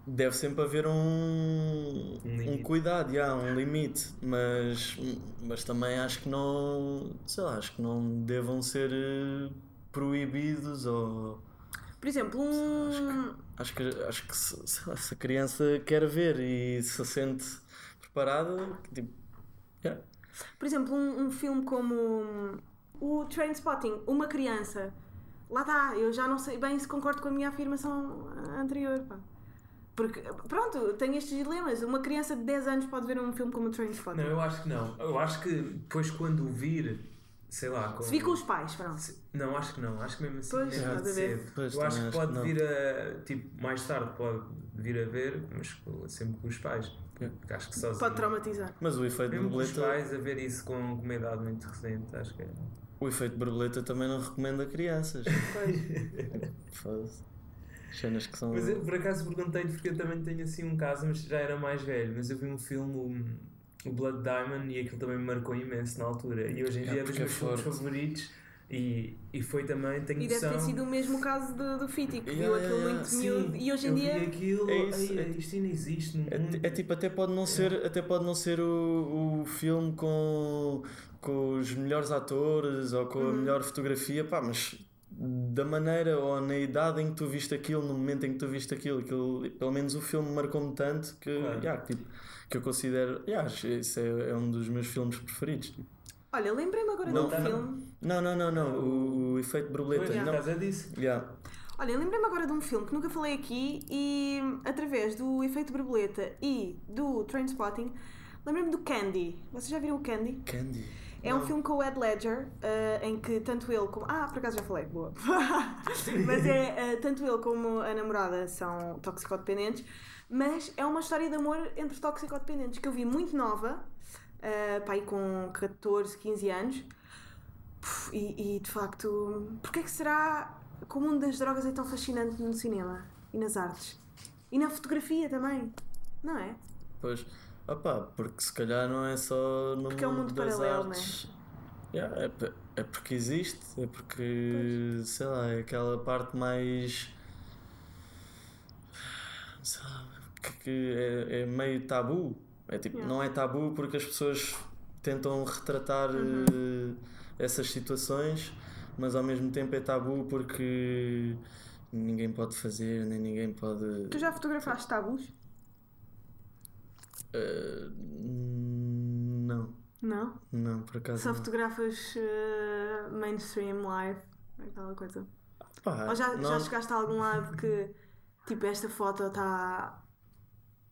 Speaker 3: deve sempre haver um,
Speaker 4: Um limite.
Speaker 3: um cuidado, yeah, um limite, mas, mas também acho que não, sei lá, acho que não devam ser eh, proibidos ou
Speaker 2: Por exemplo, um.
Speaker 3: acho que, acho que se, sei lá, se a criança quer ver e se sente preparada, tipo, yeah,
Speaker 2: Por exemplo, um, um filme como hum, o Trainspotting, uma criança. Lá está, eu já não sei bem se concordo com a minha afirmação ah, anterior, pá. Porque, pronto, tenho estes dilemas. Uma criança de 10 anos pode ver um filme como o Trainspotting.
Speaker 4: Não, eu acho que não. Eu acho que depois quando o vir, sei lá, com...
Speaker 2: Se vi com os pais, pronto.
Speaker 4: Se- Não, acho que não. Acho que mesmo assim
Speaker 2: Pois,
Speaker 4: é
Speaker 2: estás
Speaker 4: muito
Speaker 2: a ver.
Speaker 4: cedo.
Speaker 3: Pois,
Speaker 4: eu acho
Speaker 3: também
Speaker 4: que
Speaker 3: acho
Speaker 4: pode
Speaker 3: que não.
Speaker 4: vir a. Tipo, mais tarde pode vir a ver, mas com- sempre com os pais.
Speaker 3: É.
Speaker 4: Porque Acho que sozinho.
Speaker 2: Pode traumatizar.
Speaker 3: mas o efeito
Speaker 2: É um
Speaker 4: Mesmo com os
Speaker 3: borboleta,
Speaker 4: pais a ver isso com com uma idade muito recente, acho que é.
Speaker 3: o efeito borboleta também não recomendo a crianças. Foda-se. Cenas que são.
Speaker 4: Mas eu por acaso perguntei-te porque eu também tenho assim um caso, mas já era mais velho. Mas eu vi um filme, o- o Blood Diamond, e aquilo também me marcou imenso na altura. E hoje em
Speaker 3: É,
Speaker 4: dia é dos
Speaker 3: porque é
Speaker 4: meus filmes
Speaker 3: forte.
Speaker 4: favoritos. E, e foi também, tenho
Speaker 5: E deve
Speaker 4: noção.
Speaker 5: ter sido o mesmo caso do, do Fiti, que
Speaker 3: Yeah,
Speaker 5: viu
Speaker 3: yeah,
Speaker 5: aquilo
Speaker 3: yeah.
Speaker 5: muito
Speaker 4: Sim,
Speaker 5: miúdo. E hoje em
Speaker 4: eu
Speaker 5: dia.
Speaker 4: Vi aquilo,
Speaker 3: É isso,
Speaker 4: "Ei,
Speaker 3: é ti-
Speaker 4: isto ainda existe no
Speaker 3: É,
Speaker 4: mundo."
Speaker 3: ti- é tipo, até pode não ser, até pode não ser o, o filme com, com os melhores atores ou
Speaker 4: Uhum.
Speaker 3: com a melhor fotografia, pá, mas da maneira ou na idade em que tu viste aquilo, no momento em que tu viste aquilo, aquilo pelo menos o filme marcou-me tanto que,
Speaker 4: Claro.
Speaker 3: yeah, tipo, que eu considero, yeah, esse é, é um dos meus filmes preferidos. tipo.
Speaker 5: Olha, lembrei-me agora
Speaker 3: Não,
Speaker 5: de um
Speaker 4: não. tá-
Speaker 5: filme.
Speaker 3: Não, não, não, não, o, o efeito
Speaker 4: Pois,
Speaker 3: borboleta,
Speaker 4: por
Speaker 5: Yeah.
Speaker 3: não.
Speaker 4: causa disso.
Speaker 3: Yeah.
Speaker 5: Olha, lembrei-me agora de um filme que nunca falei aqui e através do efeito borboleta e do Trainspotting, lembrei-me do Candy. Vocês já viram o Candy?
Speaker 3: Candy.
Speaker 5: É um filme com o Ed Ledger, eh, em que tanto ele como. Ah, por acaso já falei, boa. mas é eh, tanto ele como a namorada são toxicodependentes, mas é uma história de amor entre toxicodependentes que eu vi muito nova, eh, pá, aí com 14, 15 anos. Puf, E, e, de facto, porque é que será que o mundo das drogas é tão fascinante no cinema e nas artes? E na fotografia também, não é?
Speaker 3: Pois, opá, porque se calhar não é só no
Speaker 5: Porque é um
Speaker 3: mundo
Speaker 5: mundo
Speaker 3: das
Speaker 5: paralelo, né?
Speaker 3: artes. Yeah, é, p- é porque existe, é porque, sei lá, é aquela parte mais. sei lá, que, que é, é meio tabu. É tipo,
Speaker 5: Yeah.
Speaker 3: não é tabu porque as pessoas tentam retratar
Speaker 5: Uhum.
Speaker 3: eh, essas situações, mas ao mesmo tempo é tabu porque ninguém pode fazer, nem ninguém pode.
Speaker 5: Tu já fotografaste tabus?
Speaker 3: Eh, não,
Speaker 5: Não.
Speaker 3: não, por acaso.
Speaker 5: Só
Speaker 3: não.
Speaker 5: fotografas eh, mainstream live, aquela coisa.
Speaker 3: Pá,
Speaker 5: Ou já, já
Speaker 3: não.
Speaker 5: chegaste a algum lado que tipo esta foto está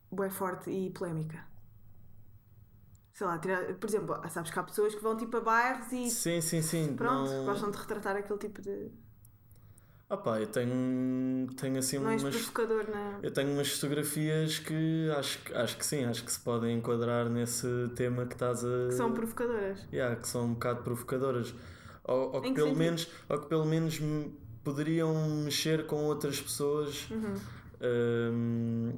Speaker 5: bué forte e polémica? Sei lá, tira- por exemplo, ah, sabes que há pessoas que vão tipo a bairros e
Speaker 3: Sim, sim, sim.
Speaker 5: pronto,
Speaker 3: não...
Speaker 5: gostam de retratar aquele tipo de.
Speaker 3: Ah pá, eu tenho, tenho assim
Speaker 5: Não é és
Speaker 3: umas.
Speaker 5: provocador, não é?
Speaker 3: Eu tenho umas fotografias que acho, que- acho que sim, acho que se podem enquadrar nesse tema que estás a.
Speaker 5: Que são provocadoras.
Speaker 3: Yeah, que são um bocado provocadoras. Ou, ou que
Speaker 5: Em que
Speaker 3: pelo
Speaker 5: sentido?
Speaker 3: menos, ou que pelo menos me- poderiam mexer com outras pessoas.
Speaker 5: Uhum.
Speaker 3: Ahm,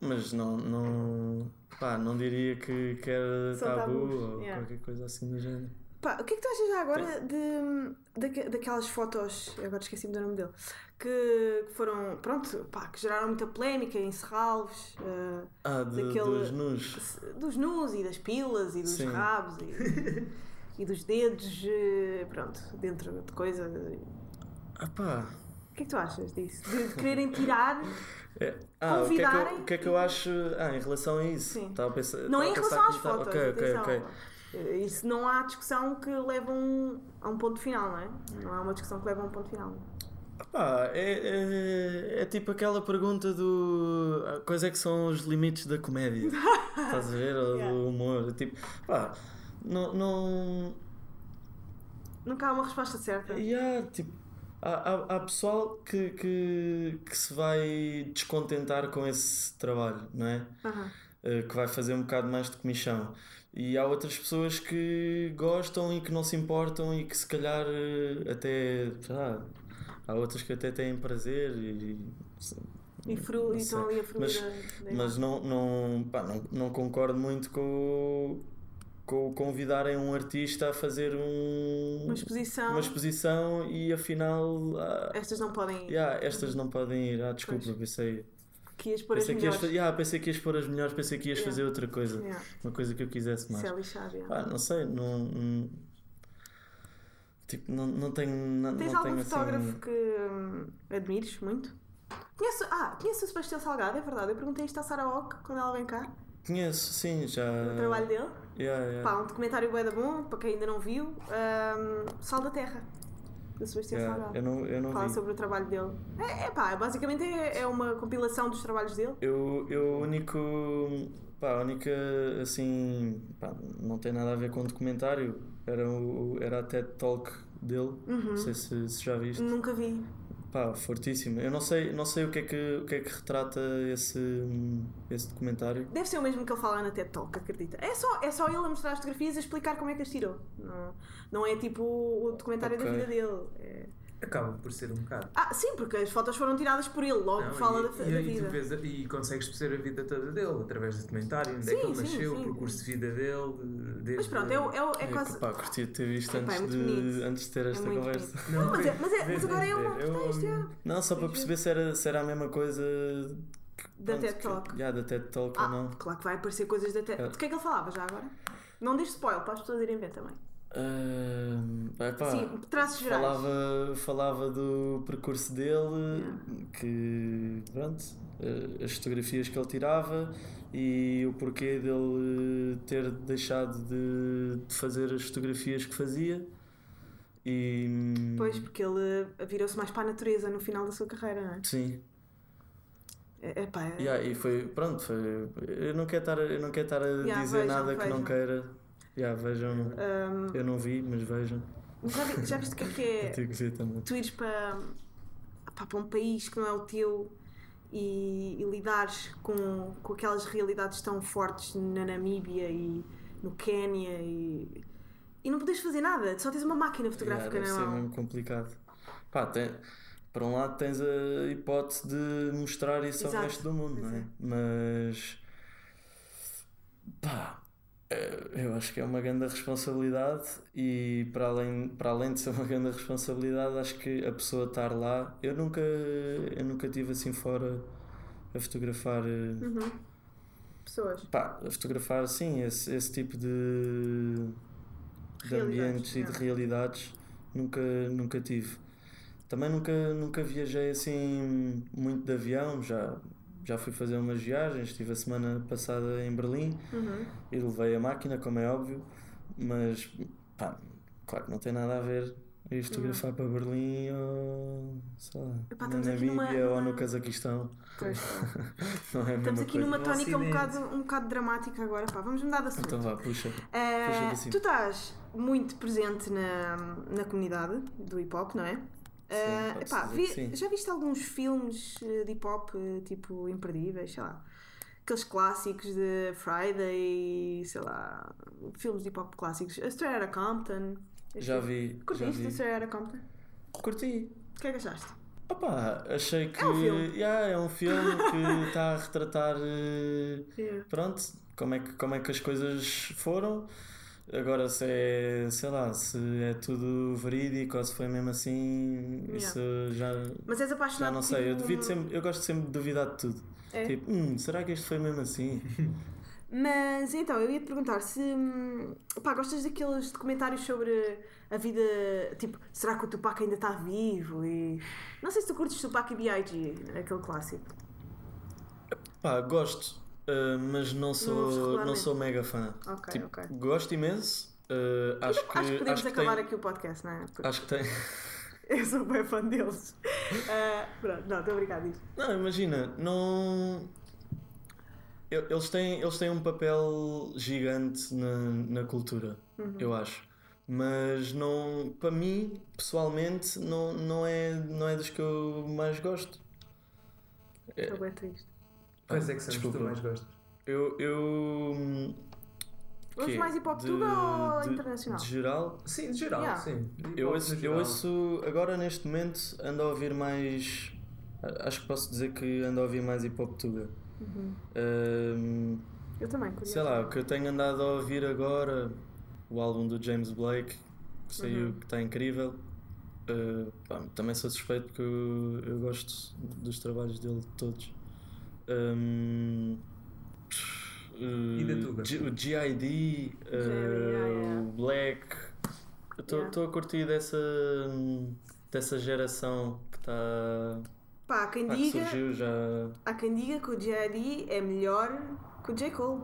Speaker 3: mas não, não, pá, não diria que, que era
Speaker 5: São
Speaker 3: tabu
Speaker 5: tabus,
Speaker 3: ou
Speaker 5: yeah.
Speaker 3: qualquer coisa assim do género.
Speaker 5: Pá, o que é que tu achas já agora de, daque- daquelas fotos, eu agora esqueci-me do nome dele, que, que foram, pronto, pá, que geraram muita polémica em Serralves, eh,
Speaker 3: Ah, de,
Speaker 5: Daquele-
Speaker 3: dos nus.
Speaker 5: dos nus e das pilas e dos
Speaker 3: Sim.
Speaker 5: rabos e, e dos dedos, eh, pronto, dentro de coisa. O
Speaker 3: Ah pá.
Speaker 5: que é que tu achas disso? De quererem tirar?
Speaker 3: É. Ah, o que, é que eu,
Speaker 5: Convidarem-
Speaker 3: o que é que eu acho ah, em relação a isso?
Speaker 5: Sim.
Speaker 3: Estava a pensar,
Speaker 5: Não
Speaker 3: estava
Speaker 5: é em
Speaker 3: a pensar
Speaker 5: relação às
Speaker 3: que estava-
Speaker 5: fotos,
Speaker 3: Ok, ok,
Speaker 5: atenção.
Speaker 3: ok.
Speaker 5: Eh, Isso não há discussão que leva um- a um ponto final, não é? Não é uma discussão que leva a um ponto final.
Speaker 3: Ah pá, é, é, é tipo aquela pergunta do. ah, Quais é que são os limites da comédia? Estás a ver? Ou
Speaker 5: Yeah.
Speaker 3: do humor? Tipo, pá, não. não...
Speaker 5: Nunca há uma resposta certa.
Speaker 3: Yeah, tipo, há, há, há pessoal que, que, que se vai descontentar com esse trabalho, não é?
Speaker 5: Aham.
Speaker 3: Eh, que vai fazer um bocado mais de comichão. E há outras pessoas que gostam e que não se importam e que se calhar eh, até. sei lá, há outras que até têm prazer e.
Speaker 5: E, fru, e
Speaker 3: não sei.
Speaker 5: estão ali a fruir
Speaker 3: Mas-
Speaker 5: a- né? da-
Speaker 3: Mas não, não, pá, não, não concordo muito com, o- com o convidarem um artista a fazer um,
Speaker 5: uma exposição.
Speaker 3: uma exposição e afinal. ah,
Speaker 5: Estas não podem ir.
Speaker 3: yeah, estas não podem ir. Ah, desculpa,
Speaker 5: Pois.
Speaker 3: pensei.
Speaker 5: Que ias pôr as
Speaker 3: Pensei que, ias,
Speaker 5: melhores.
Speaker 3: fa- yeah, pensei que ias pôr as melhores, pensei que ias
Speaker 5: Yeah.
Speaker 3: fazer outra coisa.
Speaker 5: Yeah.
Speaker 3: Uma coisa que eu quisesse mais.
Speaker 5: Isso é lixar, yeah.
Speaker 3: Pá, não sei, não. não- Tipo, não, não tenho. Não,
Speaker 5: Tens
Speaker 3: não
Speaker 5: algum
Speaker 3: tenho
Speaker 5: fotógrafo
Speaker 3: assim...
Speaker 5: que hum, admires muito? Conheço, ah, conheço o Sebastião Salgado, é verdade. Eu perguntei isto à Sara Ock quando ela vem cá,
Speaker 3: Conheço, sim, já.
Speaker 5: o trabalho dele.
Speaker 3: Yeah, yeah.
Speaker 5: Pá, um documentário bué da bom, para quem ainda não viu, hum, Sal da Terra, do Sebastião
Speaker 3: Yeah,
Speaker 5: Salgado.
Speaker 3: É, Eu não, eu não
Speaker 5: Fala
Speaker 3: vi.
Speaker 5: sobre o trabalho dele. É, é pá, basicamente é, é uma compilação dos trabalhos dele.
Speaker 3: Eu, eu o único. Pá, a única. Assim. Pá, não tem nada a ver com documentário. Era, o, era a TED Talk dele.
Speaker 5: Uhum.
Speaker 3: Não sei se, se já viste.
Speaker 5: Nunca vi.
Speaker 3: Pá, fortíssimo. Eu não sei, não sei o, que é que, o que é que retrata esse, esse documentário.
Speaker 5: Deve ser o mesmo que ele fala na TED Talk, acredita. É só, é só ele a mostrar as fotografias e a explicar como é que as tirou. Não, não é tipo o documentário
Speaker 3: Ok.
Speaker 5: da vida dele. É-
Speaker 4: acaba por ser um bocado.
Speaker 5: Ah, sim, porque as fotos foram tiradas por ele, logo
Speaker 4: Não,
Speaker 5: fala
Speaker 4: e,
Speaker 5: da, da
Speaker 4: e, aí
Speaker 5: vida.
Speaker 4: tu vês a- e consegues perceber a vida toda dele através do documentário, onde é
Speaker 5: Sim,
Speaker 4: que ele
Speaker 5: sim,
Speaker 4: nasceu,
Speaker 5: sim.
Speaker 4: o percurso de vida dele. Desde...
Speaker 5: Mas pronto, é, o- é, o- é
Speaker 3: É,
Speaker 5: quase.
Speaker 3: que pá, curti de ter visto
Speaker 5: Epá, é
Speaker 3: antes,
Speaker 5: muito
Speaker 3: de,
Speaker 5: bonito.
Speaker 3: antes de ter
Speaker 5: É
Speaker 3: esta
Speaker 5: muito
Speaker 3: conversa.
Speaker 4: Não,
Speaker 5: mas é-
Speaker 4: vê-
Speaker 5: mas é-
Speaker 4: vê-
Speaker 5: mas agora
Speaker 4: vê-
Speaker 5: é um
Speaker 4: vê-
Speaker 5: pretexto, é.
Speaker 3: Não, só para perceber se era, se era a mesma coisa
Speaker 5: Da
Speaker 3: pronto,
Speaker 5: TED
Speaker 3: que-
Speaker 5: Talk.
Speaker 3: já, da TED Talk ou
Speaker 5: Ah,
Speaker 3: não.
Speaker 5: claro que vai aparecer coisas da tela.
Speaker 3: É.
Speaker 5: De que é que ele falava já agora? Não deixe spoiler para as pessoas irem ver também.
Speaker 3: Ah, epá,
Speaker 5: Sim, traços gerais.
Speaker 3: falava, falava do percurso dele, que pronto, eh, as fotografias que ele tirava e o porquê dele eh, ter deixado de, de fazer as fotografias que fazia. E
Speaker 5: Pois, porque ele eh, virou-se mais para a natureza no final da sua carreira, não é?
Speaker 3: sim.
Speaker 5: É, é pá, é-
Speaker 3: Yeah, e foi, pronto, foi, eu não quero estar, a- eu não quero estar a
Speaker 5: Yeah,
Speaker 3: dizer
Speaker 5: vejam,
Speaker 3: nada que não
Speaker 5: vejam. É.
Speaker 3: queira. Yeah, vejam,
Speaker 5: Ahm,
Speaker 3: eu não vi, mas vejam.
Speaker 5: já, vi- já viste o que é que
Speaker 3: Eu
Speaker 5: é
Speaker 3: tenho que ver também.
Speaker 5: tu ires para, pá, para um país que não é o teu e, e lidares com, com aquelas realidades tão fortes na Namíbia e no Quénia e, e não podes fazer nada, só tens uma máquina fotográfica
Speaker 3: Yeah,
Speaker 5: na
Speaker 3: deve ser
Speaker 5: mão.
Speaker 3: mesmo complicado. Pá, tem, por um lado tens a hipótese de mostrar isso ao
Speaker 5: Exato,
Speaker 3: resto do mundo,
Speaker 5: pois
Speaker 3: não é?
Speaker 5: é.
Speaker 3: Mas pá, eh, eu acho que é uma grande responsabilidade e para além, para além de ser uma grande responsabilidade, acho que a pessoa estar lá, eu nunca eu nunca tive assim fora a fotografar eh,
Speaker 5: Uhum. Pessoas.
Speaker 3: pá, a fotografar sim esse, esse tipo de, de
Speaker 5: Realidades,
Speaker 3: ambientes e de
Speaker 5: é.
Speaker 3: realidades nunca, nunca tive. Também nunca, nunca viajei assim muito de avião, já, já fui fazer umas viagens, estive a semana passada em Berlim
Speaker 5: Uhum.
Speaker 3: e levei a máquina, como é óbvio, mas pá, claro que não tem nada a ver ir fotografar para Berlim ou sei lá,
Speaker 5: Uhum. Epá,
Speaker 3: na
Speaker 5: estamos aqui
Speaker 3: Namíbia
Speaker 5: numa-
Speaker 3: ou no
Speaker 5: numa-
Speaker 3: Cazaquistão,
Speaker 5: Pois.
Speaker 3: não
Speaker 5: Estamos
Speaker 3: é a
Speaker 5: aqui
Speaker 3: mesma é coisa.
Speaker 5: numa
Speaker 4: No
Speaker 5: tónica um
Speaker 4: Ocidente.
Speaker 5: bocado, um bocado dramática agora, pá. Vamos mudar de assunto.
Speaker 3: Então vá, puxa.
Speaker 5: Eh,
Speaker 3: puxa para cima.
Speaker 5: tu estás muito presente na, na comunidade do hip hop, não é? Eh,
Speaker 3: pode-se
Speaker 5: epá,
Speaker 3: dizer
Speaker 5: vi-
Speaker 3: que sim.
Speaker 5: já viste alguns filmes eh, de hip hop, eh, tipo imperdíveis, sei lá, aqueles clássicos de Friday, sei lá, filmes de hip hop clássicos, a Straight Outta Compton. esse
Speaker 3: Já
Speaker 5: filme.
Speaker 3: vi. já
Speaker 5: Curtiste
Speaker 3: vi.
Speaker 5: a Straight Outta Compton?
Speaker 3: Curti.
Speaker 5: O que é que achaste?
Speaker 3: Opa, achei que.
Speaker 5: um filme.
Speaker 3: Yeah, é um filme que está a retratar. eh,
Speaker 5: Yeah.
Speaker 3: Pronto, como é, que, como é que as coisas foram. Agora, se é. sei lá, se é tudo verídico ou se foi mesmo assim.
Speaker 5: Yeah.
Speaker 3: Isso já.
Speaker 5: Mas és apaixonado
Speaker 3: Já não sei, eu,
Speaker 5: tipo,
Speaker 3: devido sempre, eu gosto sempre de duvidar de tudo.
Speaker 5: É?
Speaker 3: Tipo, hum, será que isto foi mesmo assim?
Speaker 5: Mas então, eu ia te perguntar se. hum, Pá, gostas daqueles documentários sobre a vida. Tipo, será que o Tupac ainda está vivo? E. Não sei se tu curtes Tupac e B.I.G., aquele clássico.
Speaker 3: Pá, gosto, eh, mas não sou, não
Speaker 5: regularmente.
Speaker 3: sou mega fã.
Speaker 5: Ok,
Speaker 3: Tipo,
Speaker 5: ok.
Speaker 3: gosto imenso. eh, acho, que,
Speaker 5: Acho que podemos
Speaker 3: acho que
Speaker 5: acabar
Speaker 3: tem-
Speaker 5: aqui o podcast, não é? Porque
Speaker 3: Acho que tem.
Speaker 5: eu sou bem fã deles. Ah, pronto, não, estou obrigada.
Speaker 3: Não, imagina, não. Eu- Eles têm, eles têm um papel gigante na, na cultura,
Speaker 5: Uhum.
Speaker 3: eu acho. Mas não, para mim, pessoalmente, não, não, é, não é dos que eu mais gosto.
Speaker 5: Estou bem triste.
Speaker 4: Quais é que são os que
Speaker 3: Desculpa.
Speaker 4: tu mais gostas?
Speaker 3: Eu. eu
Speaker 5: Ouves
Speaker 3: quê?
Speaker 5: mais hip hop
Speaker 3: De-
Speaker 5: tuga ou
Speaker 3: de-
Speaker 5: internacional?
Speaker 3: De geral.
Speaker 4: Sim, tipo de geral,
Speaker 5: Yeah.
Speaker 4: sim. Hip-hop
Speaker 3: Eu
Speaker 4: no
Speaker 3: ouço, eu
Speaker 4: geral.
Speaker 3: ouço. Agora, neste momento, ando a ouvir mais. Acho que posso dizer que ando a ouvir mais hip hop tuga.
Speaker 4: Uhum.
Speaker 3: Ahm,
Speaker 5: Eu também, curioso.
Speaker 3: Sei lá, o que eu tenho andado a ouvir agora, o álbum do James Blake, que saiu,
Speaker 5: Uhum.
Speaker 3: que está incrível. Uh, pá, também sou suspeito porque eu, eu gosto dos trabalhos dele todos. Um,
Speaker 4: E da
Speaker 3: uh,
Speaker 4: Tuga?
Speaker 3: G-
Speaker 5: assim.
Speaker 3: o GID, uh,
Speaker 5: yeah, yeah.
Speaker 3: o Black. Eu
Speaker 5: Yeah.
Speaker 3: estou a curtir dessa, dessa geração que está.
Speaker 5: Pá, há quem,
Speaker 3: que
Speaker 5: diga,
Speaker 3: surgiu já.
Speaker 5: há quem diga que o J.I.D. é melhor que o J. Cole.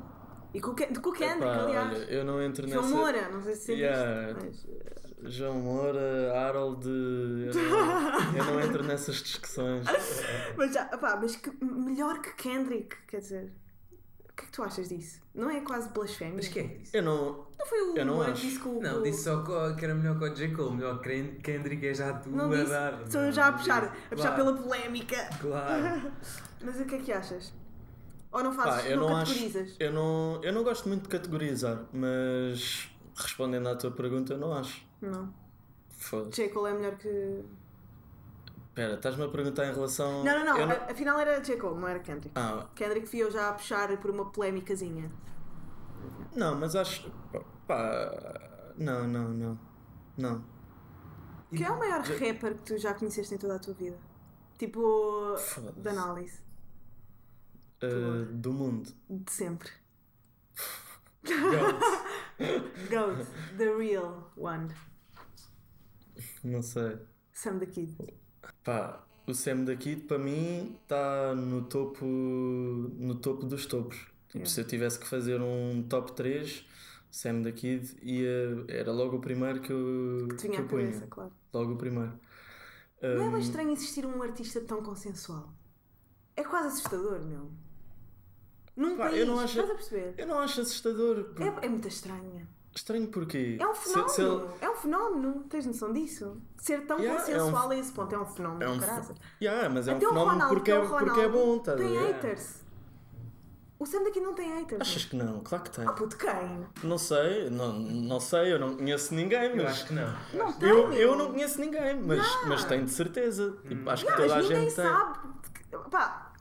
Speaker 5: E com o Ken- com o Kendrick,
Speaker 3: Epá,
Speaker 5: aliás.
Speaker 3: olha, eu não entro
Speaker 5: João
Speaker 3: nessa.
Speaker 5: Moura, não sei se sentiste.
Speaker 3: Yeah.
Speaker 5: Mas, eh,
Speaker 3: João Moura, Harold, eu não, eu não entro nessas discussões.
Speaker 5: mas, já, opá, mas que, melhor que Kendrick, quer dizer. O que é que tu achas disso? Não é quase blasfémia?
Speaker 4: Mas quem é que disse?
Speaker 3: Eu não.
Speaker 5: Não foi o
Speaker 3: Eu não
Speaker 5: Moura que
Speaker 3: acho.
Speaker 5: disse que o.
Speaker 4: Não,
Speaker 5: o-
Speaker 4: disse só co- que era melhor que o J. Cole, melhor que Ken- Kendrick é já tu
Speaker 5: Não
Speaker 4: a
Speaker 5: disse.
Speaker 4: dar.
Speaker 5: Sou
Speaker 4: não,
Speaker 5: eu já a
Speaker 4: não
Speaker 5: puxar,
Speaker 4: disse.
Speaker 5: a puxar
Speaker 4: Claro,
Speaker 5: pela polémica.
Speaker 4: Claro.
Speaker 5: Mas o que é que achas? Ou não
Speaker 3: Pá,
Speaker 5: fazes,
Speaker 3: eu
Speaker 5: não
Speaker 3: não acho.
Speaker 5: categorizas?
Speaker 3: Eu não, eu não gosto muito de categorizar, mas respondendo à tua pergunta, eu não acho.
Speaker 5: Não.
Speaker 3: Foda-se.
Speaker 5: J. Cole é melhor que.
Speaker 3: Pera, estás-me a perguntar em relação.
Speaker 5: Não, não, não.
Speaker 3: Eu
Speaker 5: a- Afinal era J. Cole, não era Kendrick.
Speaker 3: Ah,
Speaker 5: Kendrick fui eu já a puxar por uma polémicazinha.
Speaker 3: não, mas acho. Pá, não, não, não. Não.
Speaker 5: Quem é o maior
Speaker 3: J-
Speaker 5: rapper que tu já conheceste em toda a tua vida? Tipo,
Speaker 3: Foda-se.
Speaker 5: da análise,
Speaker 3: Ah, do mundo.
Speaker 5: de sempre.
Speaker 3: Goat.
Speaker 5: Goat, the real one,
Speaker 3: não sei.
Speaker 5: Sam the Kid.
Speaker 3: Pá, o Sam da Kid para mim está no topo, no topo dos topos. Tipo,
Speaker 5: Yeah.
Speaker 3: se eu tivesse que fazer um top 3, Sam da Kid ia, era logo o primeiro que eu,
Speaker 5: Que te vinha
Speaker 3: que
Speaker 5: à
Speaker 3: eu punha.
Speaker 5: cabeça, claro.
Speaker 3: Logo o primeiro.
Speaker 5: Não é
Speaker 3: Ahm,
Speaker 5: bem estranho existir um artista tão consensual? É quase assustador, meu. Num
Speaker 3: Pá,
Speaker 5: país,
Speaker 3: eu não acho-
Speaker 5: estás a perceber?
Speaker 3: eu não acho assustador. por-
Speaker 5: É, é muito estranho.
Speaker 3: Estranho porquê?
Speaker 5: É um
Speaker 3: Se- se ele-
Speaker 5: fenómeno. É um fenómeno. Tens noção disso? Ser tão
Speaker 3: Yeah, é
Speaker 5: consensual a esse ponto é um fenómeno.
Speaker 3: É um
Speaker 5: caraca.
Speaker 3: Yeah, mas é um
Speaker 5: Até o
Speaker 3: fenómeno
Speaker 5: Ronaldo, que
Speaker 3: porque,
Speaker 5: é
Speaker 3: é,
Speaker 5: o
Speaker 3: porque é
Speaker 5: Ronaldo,
Speaker 3: bom, estás a
Speaker 5: Tem
Speaker 3: ver?
Speaker 5: haters. O Sam daqui não tem haters.
Speaker 3: Achas que não? Claro que tem.
Speaker 5: Ah, puto, quem?
Speaker 3: Não sei, não, não sei, eu não conheço ninguém,
Speaker 4: Eu
Speaker 3: mas
Speaker 4: acho que não.
Speaker 5: Não tem.
Speaker 3: Eu, eu não conheço ninguém, mas, mas tenho de certeza. Tipo, acho que
Speaker 5: Não,
Speaker 3: toda a
Speaker 5: mas ninguém
Speaker 3: gente tem.
Speaker 5: sabe. Pá,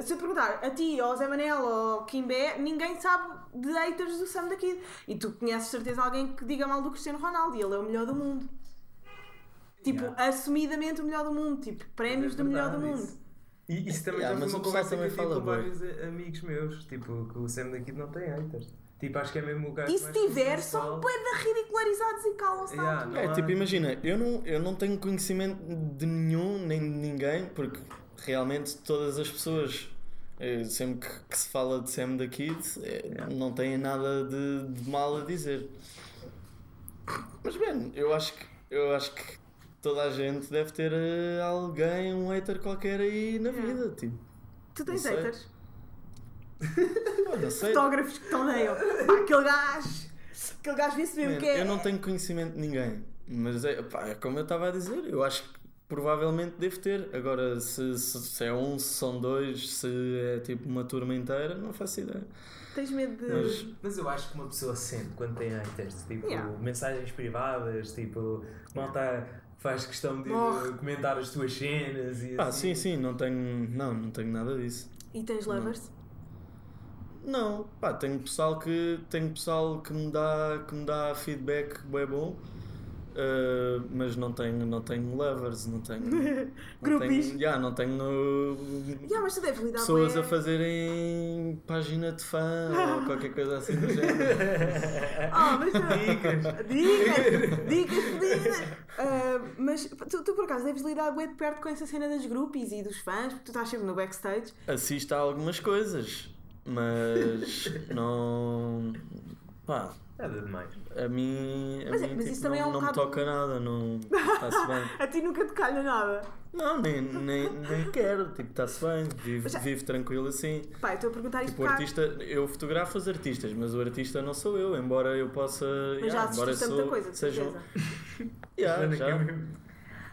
Speaker 5: se eu te perguntar a ti, ou ao Zé Manel, ou ao Kimbé, ninguém sabe de haters do Sam daqui. E tu conheces de certeza alguém que diga mal do Cristiano Ronaldo e ele é o melhor do mundo. Tipo,
Speaker 4: Yeah.
Speaker 5: assumidamente o melhor do mundo. Tipo, prémios
Speaker 4: É
Speaker 5: do melhor do
Speaker 4: verdade
Speaker 5: mundo.
Speaker 4: isso. E isso também
Speaker 3: Yeah,
Speaker 4: já
Speaker 3: mas
Speaker 4: foi uma
Speaker 3: o pessoal
Speaker 4: conversa que
Speaker 3: também
Speaker 4: eu tive
Speaker 3: fala
Speaker 4: com vários a- amigos meus, tipo, que o Sam daqui não tem haters. Tipo, acho que é mesmo o gajo
Speaker 5: E se
Speaker 4: mais
Speaker 5: tiver,
Speaker 4: consensual.
Speaker 5: são bué de É ridicularizados e calam-se na
Speaker 4: Yeah,
Speaker 5: altura.
Speaker 4: não
Speaker 3: É,
Speaker 4: há-
Speaker 3: tipo, imagina, eu não, eu não tenho conhecimento de nenhum nem de ninguém, porque realmente todas as pessoas, eh, sempre que, que se fala de Sam da Kid, eh, não têm nada de, de mal a dizer. Mas bem, eu acho que, eu acho que toda a gente deve ter eh, alguém, um hater qualquer aí na
Speaker 5: Yeah.
Speaker 3: vida. Tipo,
Speaker 5: Tu tens
Speaker 3: Não sei.
Speaker 5: haters?
Speaker 3: eu não sei.
Speaker 5: Fotógrafos que te odeiam. Pá, aquele gajo. Aquele gajo vê-se mesmo
Speaker 3: Man,
Speaker 5: que é.
Speaker 3: Eu não tenho conhecimento de ninguém, mas é, pá, é como eu estava a dizer, eu acho que provavelmente devo ter. Agora, se, se- se é um, se são dois, se é tipo uma turma inteira, não faço ideia.
Speaker 5: Tens medo de.
Speaker 3: Mas
Speaker 4: Mas eu acho que uma pessoa sente quando tem haters, tipo,
Speaker 5: Yeah.
Speaker 4: mensagens privadas, tipo, malta faz questão de
Speaker 5: Morre.
Speaker 4: eh, comentar as tuas cenas e
Speaker 3: pá,
Speaker 4: assim.
Speaker 3: Ah, sim, sim, não tenho, não, não tenho nada disso.
Speaker 5: E tens lovers?
Speaker 3: Não, pá, tenho pessoal que tenho pessoal que me dá, que me dá feedback bem bom. eh, mas não tenho, não tenho lovers, não tenho. não
Speaker 5: Groupies.
Speaker 3: tenho, yeah, não tenho
Speaker 5: Já, mas tu deves lidar
Speaker 3: pessoas
Speaker 5: bué.
Speaker 3: a fazerem página de fã ou qualquer coisa assim do género.
Speaker 5: Ah, mas dicas! Dicas! Dicas fodidas! Ah, mas tu, tu, por acaso deves lidar bué de perto com essa cena das groupies e dos fãs, porque tu estás sempre no backstage.
Speaker 3: Assisto a algumas coisas, mas não. Pá,
Speaker 4: Nada demais.
Speaker 3: a mim. A
Speaker 5: Mas é-
Speaker 3: mim
Speaker 5: mas
Speaker 3: tipo,
Speaker 5: isso também
Speaker 3: não,
Speaker 5: é um
Speaker 3: não me
Speaker 5: bocado-
Speaker 3: toca nada, não. Está-se bem.
Speaker 5: A ti nunca te calha nada.
Speaker 3: Não, nem, nem, nem quero, tipo, está-se bem, vivo,
Speaker 5: Mas já-
Speaker 3: vivo tranquilo assim.
Speaker 5: Pá, eu estou a perguntar isto
Speaker 3: Tipo, o
Speaker 5: cá,
Speaker 3: artista, eu fotografo os artistas, mas o artista não sou eu, embora eu possa.
Speaker 5: mas já
Speaker 3: yeah, embora
Speaker 5: assististe a muita coisa, de
Speaker 3: seja um-
Speaker 5: certeza.
Speaker 3: Yeah,
Speaker 4: Olha,
Speaker 3: já.
Speaker 4: que eu-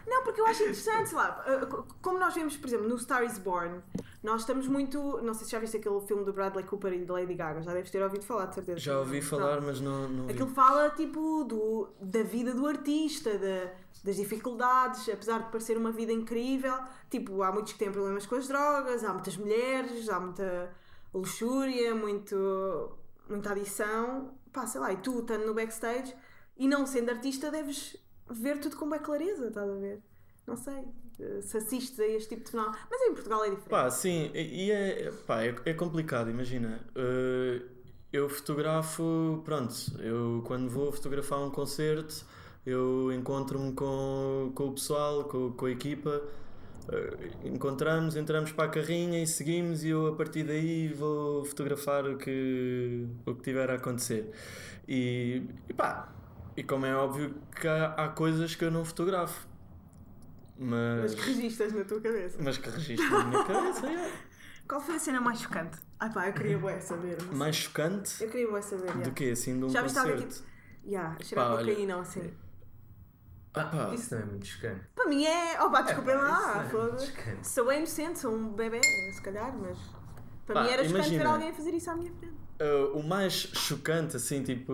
Speaker 5: Não, porque eu acho interessante, sei lá, uh, co- como nós vemos, por exemplo, no Star is Born, nós estamos muito. Não sei se já viste aquele filme do Bradley Cooper e de Lady Gaga, já deves ter ouvido falar, de certeza.
Speaker 3: Já ouvi falar,
Speaker 5: Pronto.
Speaker 3: mas não, não vi.
Speaker 5: Aquilo fala tipo do, da vida do artista, da- das dificuldades, apesar de parecer uma vida incrível. Tipo, há muitos que têm problemas com as drogas, há muitas mulheres, há muita luxúria, muito, muita adição. Pá, sei lá, e tu estando no backstage e não sendo artista, deves ver tudo com bem clareza, estás a ver? Não sei eh, se assistes a este tipo de fenómeno. Mas em Portugal é diferente.
Speaker 3: Pá, sim, e e é, pá, é, é complicado, imagina. eh, eu fotografo, pronto, eu quando vou fotografar um concerto, eu encontro-me com, com o pessoal, com, com a equipa, eh, encontramos, entramos para a carrinha e seguimos e eu a partir daí vou fotografar o que, o que tiver a acontecer. E, e pá, e como é óbvio que há, há coisas que eu não fotografo.
Speaker 5: Mas que registas na tua cabeça.
Speaker 3: mas que registro na minha cabeça, é.
Speaker 5: Qual foi a cena mais chocante? Ah pá, eu queria bué saber. não sei.
Speaker 3: Mais chocante
Speaker 5: Eu queria bué saber, já.
Speaker 3: do que assim de um
Speaker 5: Já viste tipo alguém
Speaker 3: concerto.
Speaker 5: Yeah, cheirar
Speaker 3: Pá, olha. é.
Speaker 5: cocaína ou assim.
Speaker 3: Ah, pá.
Speaker 4: Isso não é muito chocante.
Speaker 5: Para mim é. Oh, pá, desculpem
Speaker 4: pá, isso
Speaker 5: lá,
Speaker 4: é
Speaker 5: foda-se.
Speaker 4: chocante.
Speaker 5: Sou bem inocente, sou um bebê, se calhar, mas. Para
Speaker 3: Pá,
Speaker 5: mim era chocante ver
Speaker 3: imagina.
Speaker 5: alguém a fazer isso à minha frente.
Speaker 3: Ah, o mais chocante, assim, tipo.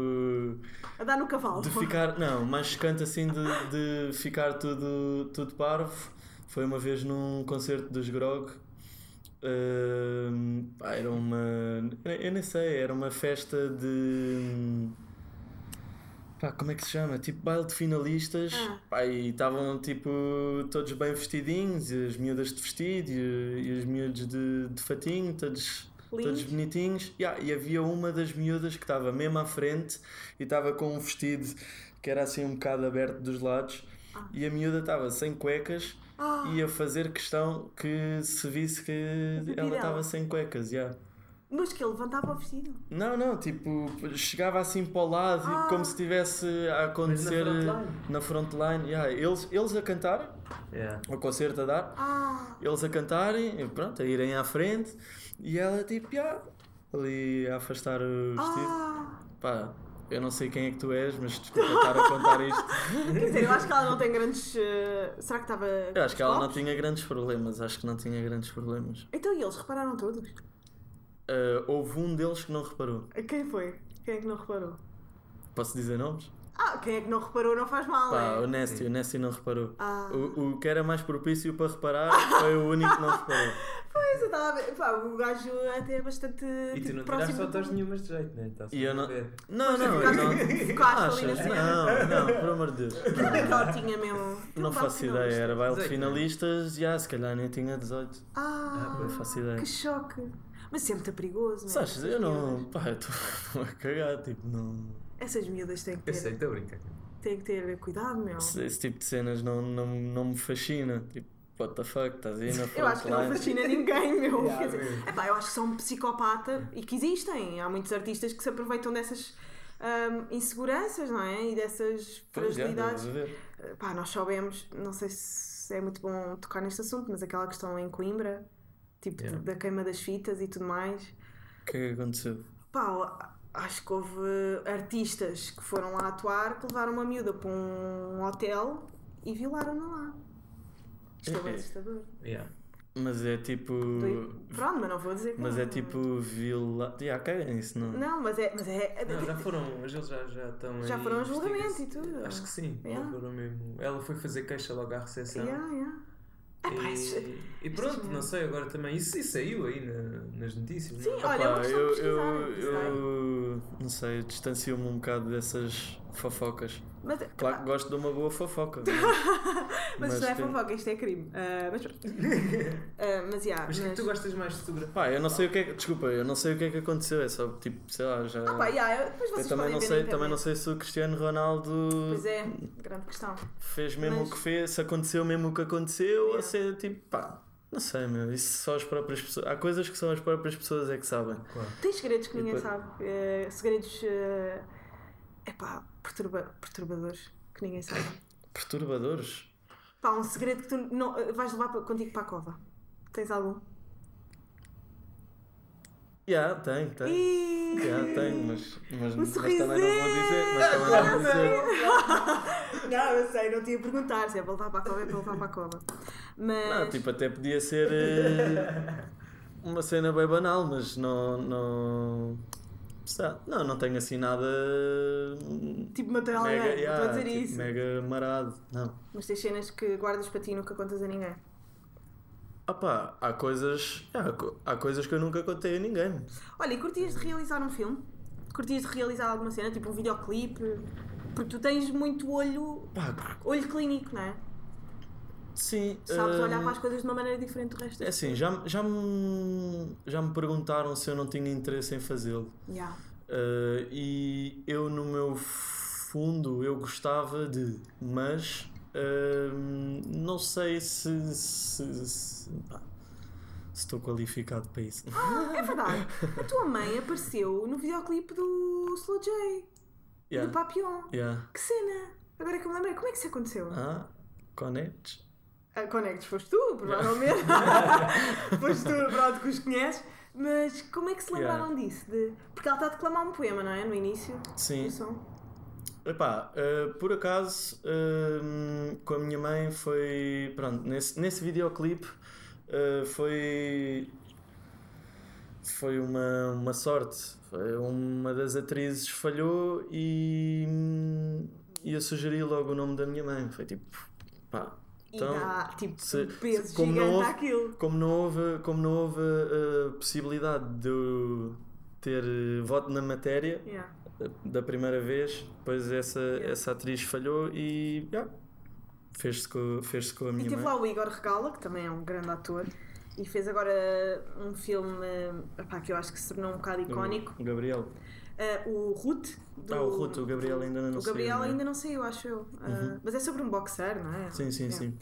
Speaker 5: A dar no cavalo.
Speaker 3: De ficar. Não, o mais chocante, assim, de, de ficar tudo, tudo parvo Foi uma vez num concerto dos Grog. Ahm, pá, era uma. Eu nem sei, era uma festa de. Pá, como é que se chama? Tipo baile de finalistas.
Speaker 5: Ah.
Speaker 3: Pá, e estavam tipo todos bem vestidinhos, e as miúdas de vestido e, e os miúdos de, de fatinho, todos todos
Speaker 5: Lindo.
Speaker 3: bonitinhos. Yeah, e havia uma das miúdas que estava mesmo à frente e estava com um vestido que era assim um bocado aberto dos lados. E a miúda estava sem cuecas
Speaker 5: Ah,
Speaker 3: e a fazer questão que se visse que ela
Speaker 5: dela.
Speaker 3: estava sem cuecas. Yeah.
Speaker 5: mas que ele levantava o vestido.
Speaker 3: Não, não, tipo, chegava assim para o lado, e
Speaker 5: Ah.
Speaker 3: como se estivesse a acontecer
Speaker 4: Mas na frontline.
Speaker 3: na frontline. Yeah, eles, eles a cantar,
Speaker 4: Yeah.
Speaker 3: o concerto a dar,
Speaker 5: Ah,
Speaker 3: eles a cantarem, e pronto, a irem à frente e ela tipo, "Ya", ali a afastar o vestido.
Speaker 5: ah.
Speaker 3: Pá, eu não sei quem é que tu és, mas desculpa estar a contar isto.
Speaker 5: Quer dizer, eu acho que ela não tem grandes. eh, será que estava.
Speaker 3: Eu acho que ela não tinha grandes problemas, acho que não tinha grandes problemas.
Speaker 5: Então e eles repararam todos?
Speaker 3: Ah, houve um deles que não reparou.
Speaker 5: Quem foi? Quem é que não reparou?
Speaker 3: Posso dizer nomes?
Speaker 5: Ah, quem é que não reparou não faz mal.
Speaker 3: Pá,
Speaker 5: é?
Speaker 3: o Nasty, o
Speaker 4: Hum.
Speaker 3: Nasty não reparou.
Speaker 5: Ah.
Speaker 3: O, o que era mais propício para reparar foi o único que não reparou.
Speaker 5: Pois, eu estava a ver. Pá, o gajo até é bastante.
Speaker 4: E tu
Speaker 5: tipo,
Speaker 4: não tiraste
Speaker 5: próximo
Speaker 4: fotos nenhumas de jeito, né? Tá só
Speaker 3: E eu
Speaker 4: a
Speaker 3: não.
Speaker 4: ver.
Speaker 3: Não, não, eu não.
Speaker 5: Focaste ali na
Speaker 3: Achas?
Speaker 5: cena.
Speaker 3: Não, não, pelo amor de Deus.
Speaker 5: Quanto é que ela tinha mesmo? tipo,
Speaker 3: Não faço ideia, era baile de
Speaker 4: 18, né?
Speaker 3: finalistas, já, se calhar nem tinha 18.
Speaker 5: Ah,
Speaker 3: Não faço ideia.
Speaker 5: que choque. Mas sempre está perigoso. não é?
Speaker 3: Sabes,
Speaker 5: Essas
Speaker 3: eu
Speaker 5: miúdas-
Speaker 3: não. Pá, eu estou a cagar, tipo, não.
Speaker 5: Essas miúdas têm que
Speaker 4: Eu sei,
Speaker 5: ter,
Speaker 4: estou a brincar.
Speaker 5: têm que ter cuidado, meu.
Speaker 3: Esse, esse tipo de cenas não, não, não me fascina. Tipo, what the fuck, estás aí na
Speaker 5: Eu acho que não
Speaker 3: frontline?
Speaker 5: fascina ninguém, meu.
Speaker 4: Yeah,
Speaker 5: Quer dizer,
Speaker 4: mesmo.
Speaker 5: epá, eu acho que são um psicopata e que existem. Há muitos artistas que se aproveitam dessas hum, inseguranças, não é? E dessas
Speaker 3: Pois, já,
Speaker 5: fragilidades.
Speaker 3: estás a ver?
Speaker 5: Pá, nós soubemos, não sei se é muito bom tocar neste assunto, mas aquela questão em Coimbra, tipo
Speaker 4: Yeah.
Speaker 5: da queima das fitas e tudo mais.
Speaker 3: O que é que aconteceu?
Speaker 5: Pá, acho que houve artistas que foram lá atuar que levaram uma miúda para um hotel e violaram-na lá. Isto é bem
Speaker 3: É.
Speaker 5: assustador.
Speaker 4: Yeah.
Speaker 3: Mas é tipo.
Speaker 5: Doi- Pronto, mas não vou dizer que
Speaker 3: Mas
Speaker 5: não.
Speaker 3: é tipo viola. Já, caguem nisso, não.
Speaker 5: Não, mas é. Mas é
Speaker 4: Não, já foram, mas eles já, já estão
Speaker 5: Já
Speaker 4: em
Speaker 5: foram a julgamento e
Speaker 4: investigação.
Speaker 5: tudo.
Speaker 4: Acho que sim,
Speaker 5: Yeah.
Speaker 4: já foram mesmo. Ela foi fazer queixa logo à recepção.
Speaker 5: Yeah, yeah. É pá, esses-
Speaker 4: E, e
Speaker 5: é
Speaker 4: pronto, não sei, agora também. Isso, isso saiu aí na- nas notícias.
Speaker 5: Sim,
Speaker 4: não é?
Speaker 5: olha, é uma
Speaker 3: Pá,
Speaker 5: questão de
Speaker 3: eu,
Speaker 5: pesquisar,
Speaker 3: eu, eu. Não sei, eu distancio-me um bocado dessas fofocas.
Speaker 5: Mas,
Speaker 3: Claro que
Speaker 5: epá,
Speaker 3: gosto de uma boa fofoca.
Speaker 5: mas
Speaker 3: Mas,
Speaker 5: isto não é
Speaker 3: tem-
Speaker 5: fofoca, isto é crime. Ah, mas pronto. Ah, mas yeah,
Speaker 4: Mas o que é que
Speaker 5: mas-
Speaker 4: tu gostas mais de fotografia?
Speaker 3: Pá, eu não sei o que é que. Desculpa, eu não sei o que é que aconteceu. É só tipo, sei lá, já.
Speaker 5: Ah, pá, yeah, eu- depois
Speaker 3: eu
Speaker 5: vocês
Speaker 3: também
Speaker 5: podem
Speaker 3: não,
Speaker 5: ver na
Speaker 3: sei, também
Speaker 5: internet.
Speaker 3: não sei se o Cristiano Ronaldo
Speaker 5: Pois é, grande questão.
Speaker 3: fez mesmo
Speaker 5: mas-
Speaker 3: o que fez, se aconteceu mesmo o que aconteceu, ou
Speaker 5: Yeah.
Speaker 3: se é tipo, pá, não sei, meu. Isso só as próprias pessoas. Há coisas que só as próprias pessoas é que sabem.
Speaker 5: Tem segredos que
Speaker 3: E
Speaker 5: ninguém
Speaker 3: depois-
Speaker 5: sabe. eh, segredos. eh, epá, perturba- perturbadores que ninguém sabe.
Speaker 3: Perturbadores.
Speaker 5: Pá, um segredo que tu não, eh, vais levar pa- contigo para a cova. Tens algum?
Speaker 3: Já, tem, tem.
Speaker 5: Ih!
Speaker 3: Já, tem, mas,
Speaker 5: Um
Speaker 3: mas, mas também
Speaker 5: sorrisinho!
Speaker 3: não vou dizer. Mas também não vou dizer.
Speaker 5: Não, eu sei, não te ia perguntar se é para levar para a cova, é para levar para a cova. Mas.
Speaker 3: Não, tipo, até podia ser. eh, uma cena bem banal, mas não. Não, sei lá, não, não tenho assim nada. hum,
Speaker 5: Tipo, matei alguém,
Speaker 3: mega,
Speaker 5: estou a
Speaker 3: yeah,
Speaker 5: dizer
Speaker 3: tipo,
Speaker 5: isso.
Speaker 3: mega marado. Não.
Speaker 5: Mas tens cenas que guardas para ti e nunca contas a ninguém.
Speaker 3: Opá, há coisas. Há, co- há coisas que eu nunca contei a ninguém.
Speaker 5: Olha, e curtias de
Speaker 3: Uhum.
Speaker 5: realizar um filme? Curtias de realizar alguma cena, tipo um videoclipe? Porque tu tens muito olho,
Speaker 3: Pá,
Speaker 5: olho clínico, não é?
Speaker 3: sim.
Speaker 5: Sabes
Speaker 3: hum,
Speaker 5: olhar para as coisas de uma maneira diferente do resto.
Speaker 3: É assim, já, me- já, me, já me perguntaram se eu não tinha interesse em fazê-lo.
Speaker 5: Yeah.
Speaker 3: Uh, e eu, no meu fundo, eu gostava de, mas um, não sei se, se, se, pá, se estou qualificado para isso.
Speaker 5: Ah, é verdade. A tua mãe apareceu no videoclipe do Slow J, do
Speaker 3: Yeah,
Speaker 5: Papillon.
Speaker 3: yeah.
Speaker 5: Que cena! Agora é que eu me lembrei, como é que isso aconteceu?
Speaker 3: Ah, conectes?
Speaker 5: Ah, Conectes, foste tu, provavelmente. foste tu, pronto, que os conheces. Mas como é que se lembraram disso? De- Porque ela está a declamar um poema, não é? No início.
Speaker 3: Sim.
Speaker 5: do som.
Speaker 3: Epá, eh, por acaso, eh, com a minha mãe foi. Pronto, nesse, nesse videoclipe eh, foi. Foi uma, uma sorte. Foi uma das atrizes falhou e. E eu sugeri logo o nome da minha mãe. Foi tipo, pá, Então,
Speaker 5: e dá, tipo,
Speaker 3: se-
Speaker 5: um peso
Speaker 3: se- como não
Speaker 5: gigante
Speaker 3: houve-
Speaker 5: àquilo.
Speaker 3: Como não houve, como não houve a possibilidade de eu ter eh, voto na matéria
Speaker 5: Yeah.
Speaker 3: eh, da primeira vez, depois essa,
Speaker 5: Yeah.
Speaker 3: essa atriz falhou e yeah, fez-se com, fez com a
Speaker 5: E
Speaker 3: minha
Speaker 5: teve
Speaker 3: mãe.
Speaker 5: lá o Igor Regala, que também é um grande ator, e fez agora um filme eh, epá, que eu acho que se tornou um bocado icónico.
Speaker 3: O Gabriel.
Speaker 5: Eh, o Ruth. do-
Speaker 3: Uhum. Ah, o Ruth, o Gabriel ainda não
Speaker 5: O
Speaker 3: saiu,
Speaker 5: Gabriel
Speaker 3: não é? Uhum.
Speaker 5: ainda não saiu, acho eu. Eh, mas é sobre um boxer, não é?
Speaker 3: Sim, sim,
Speaker 5: Yeah.
Speaker 3: sim.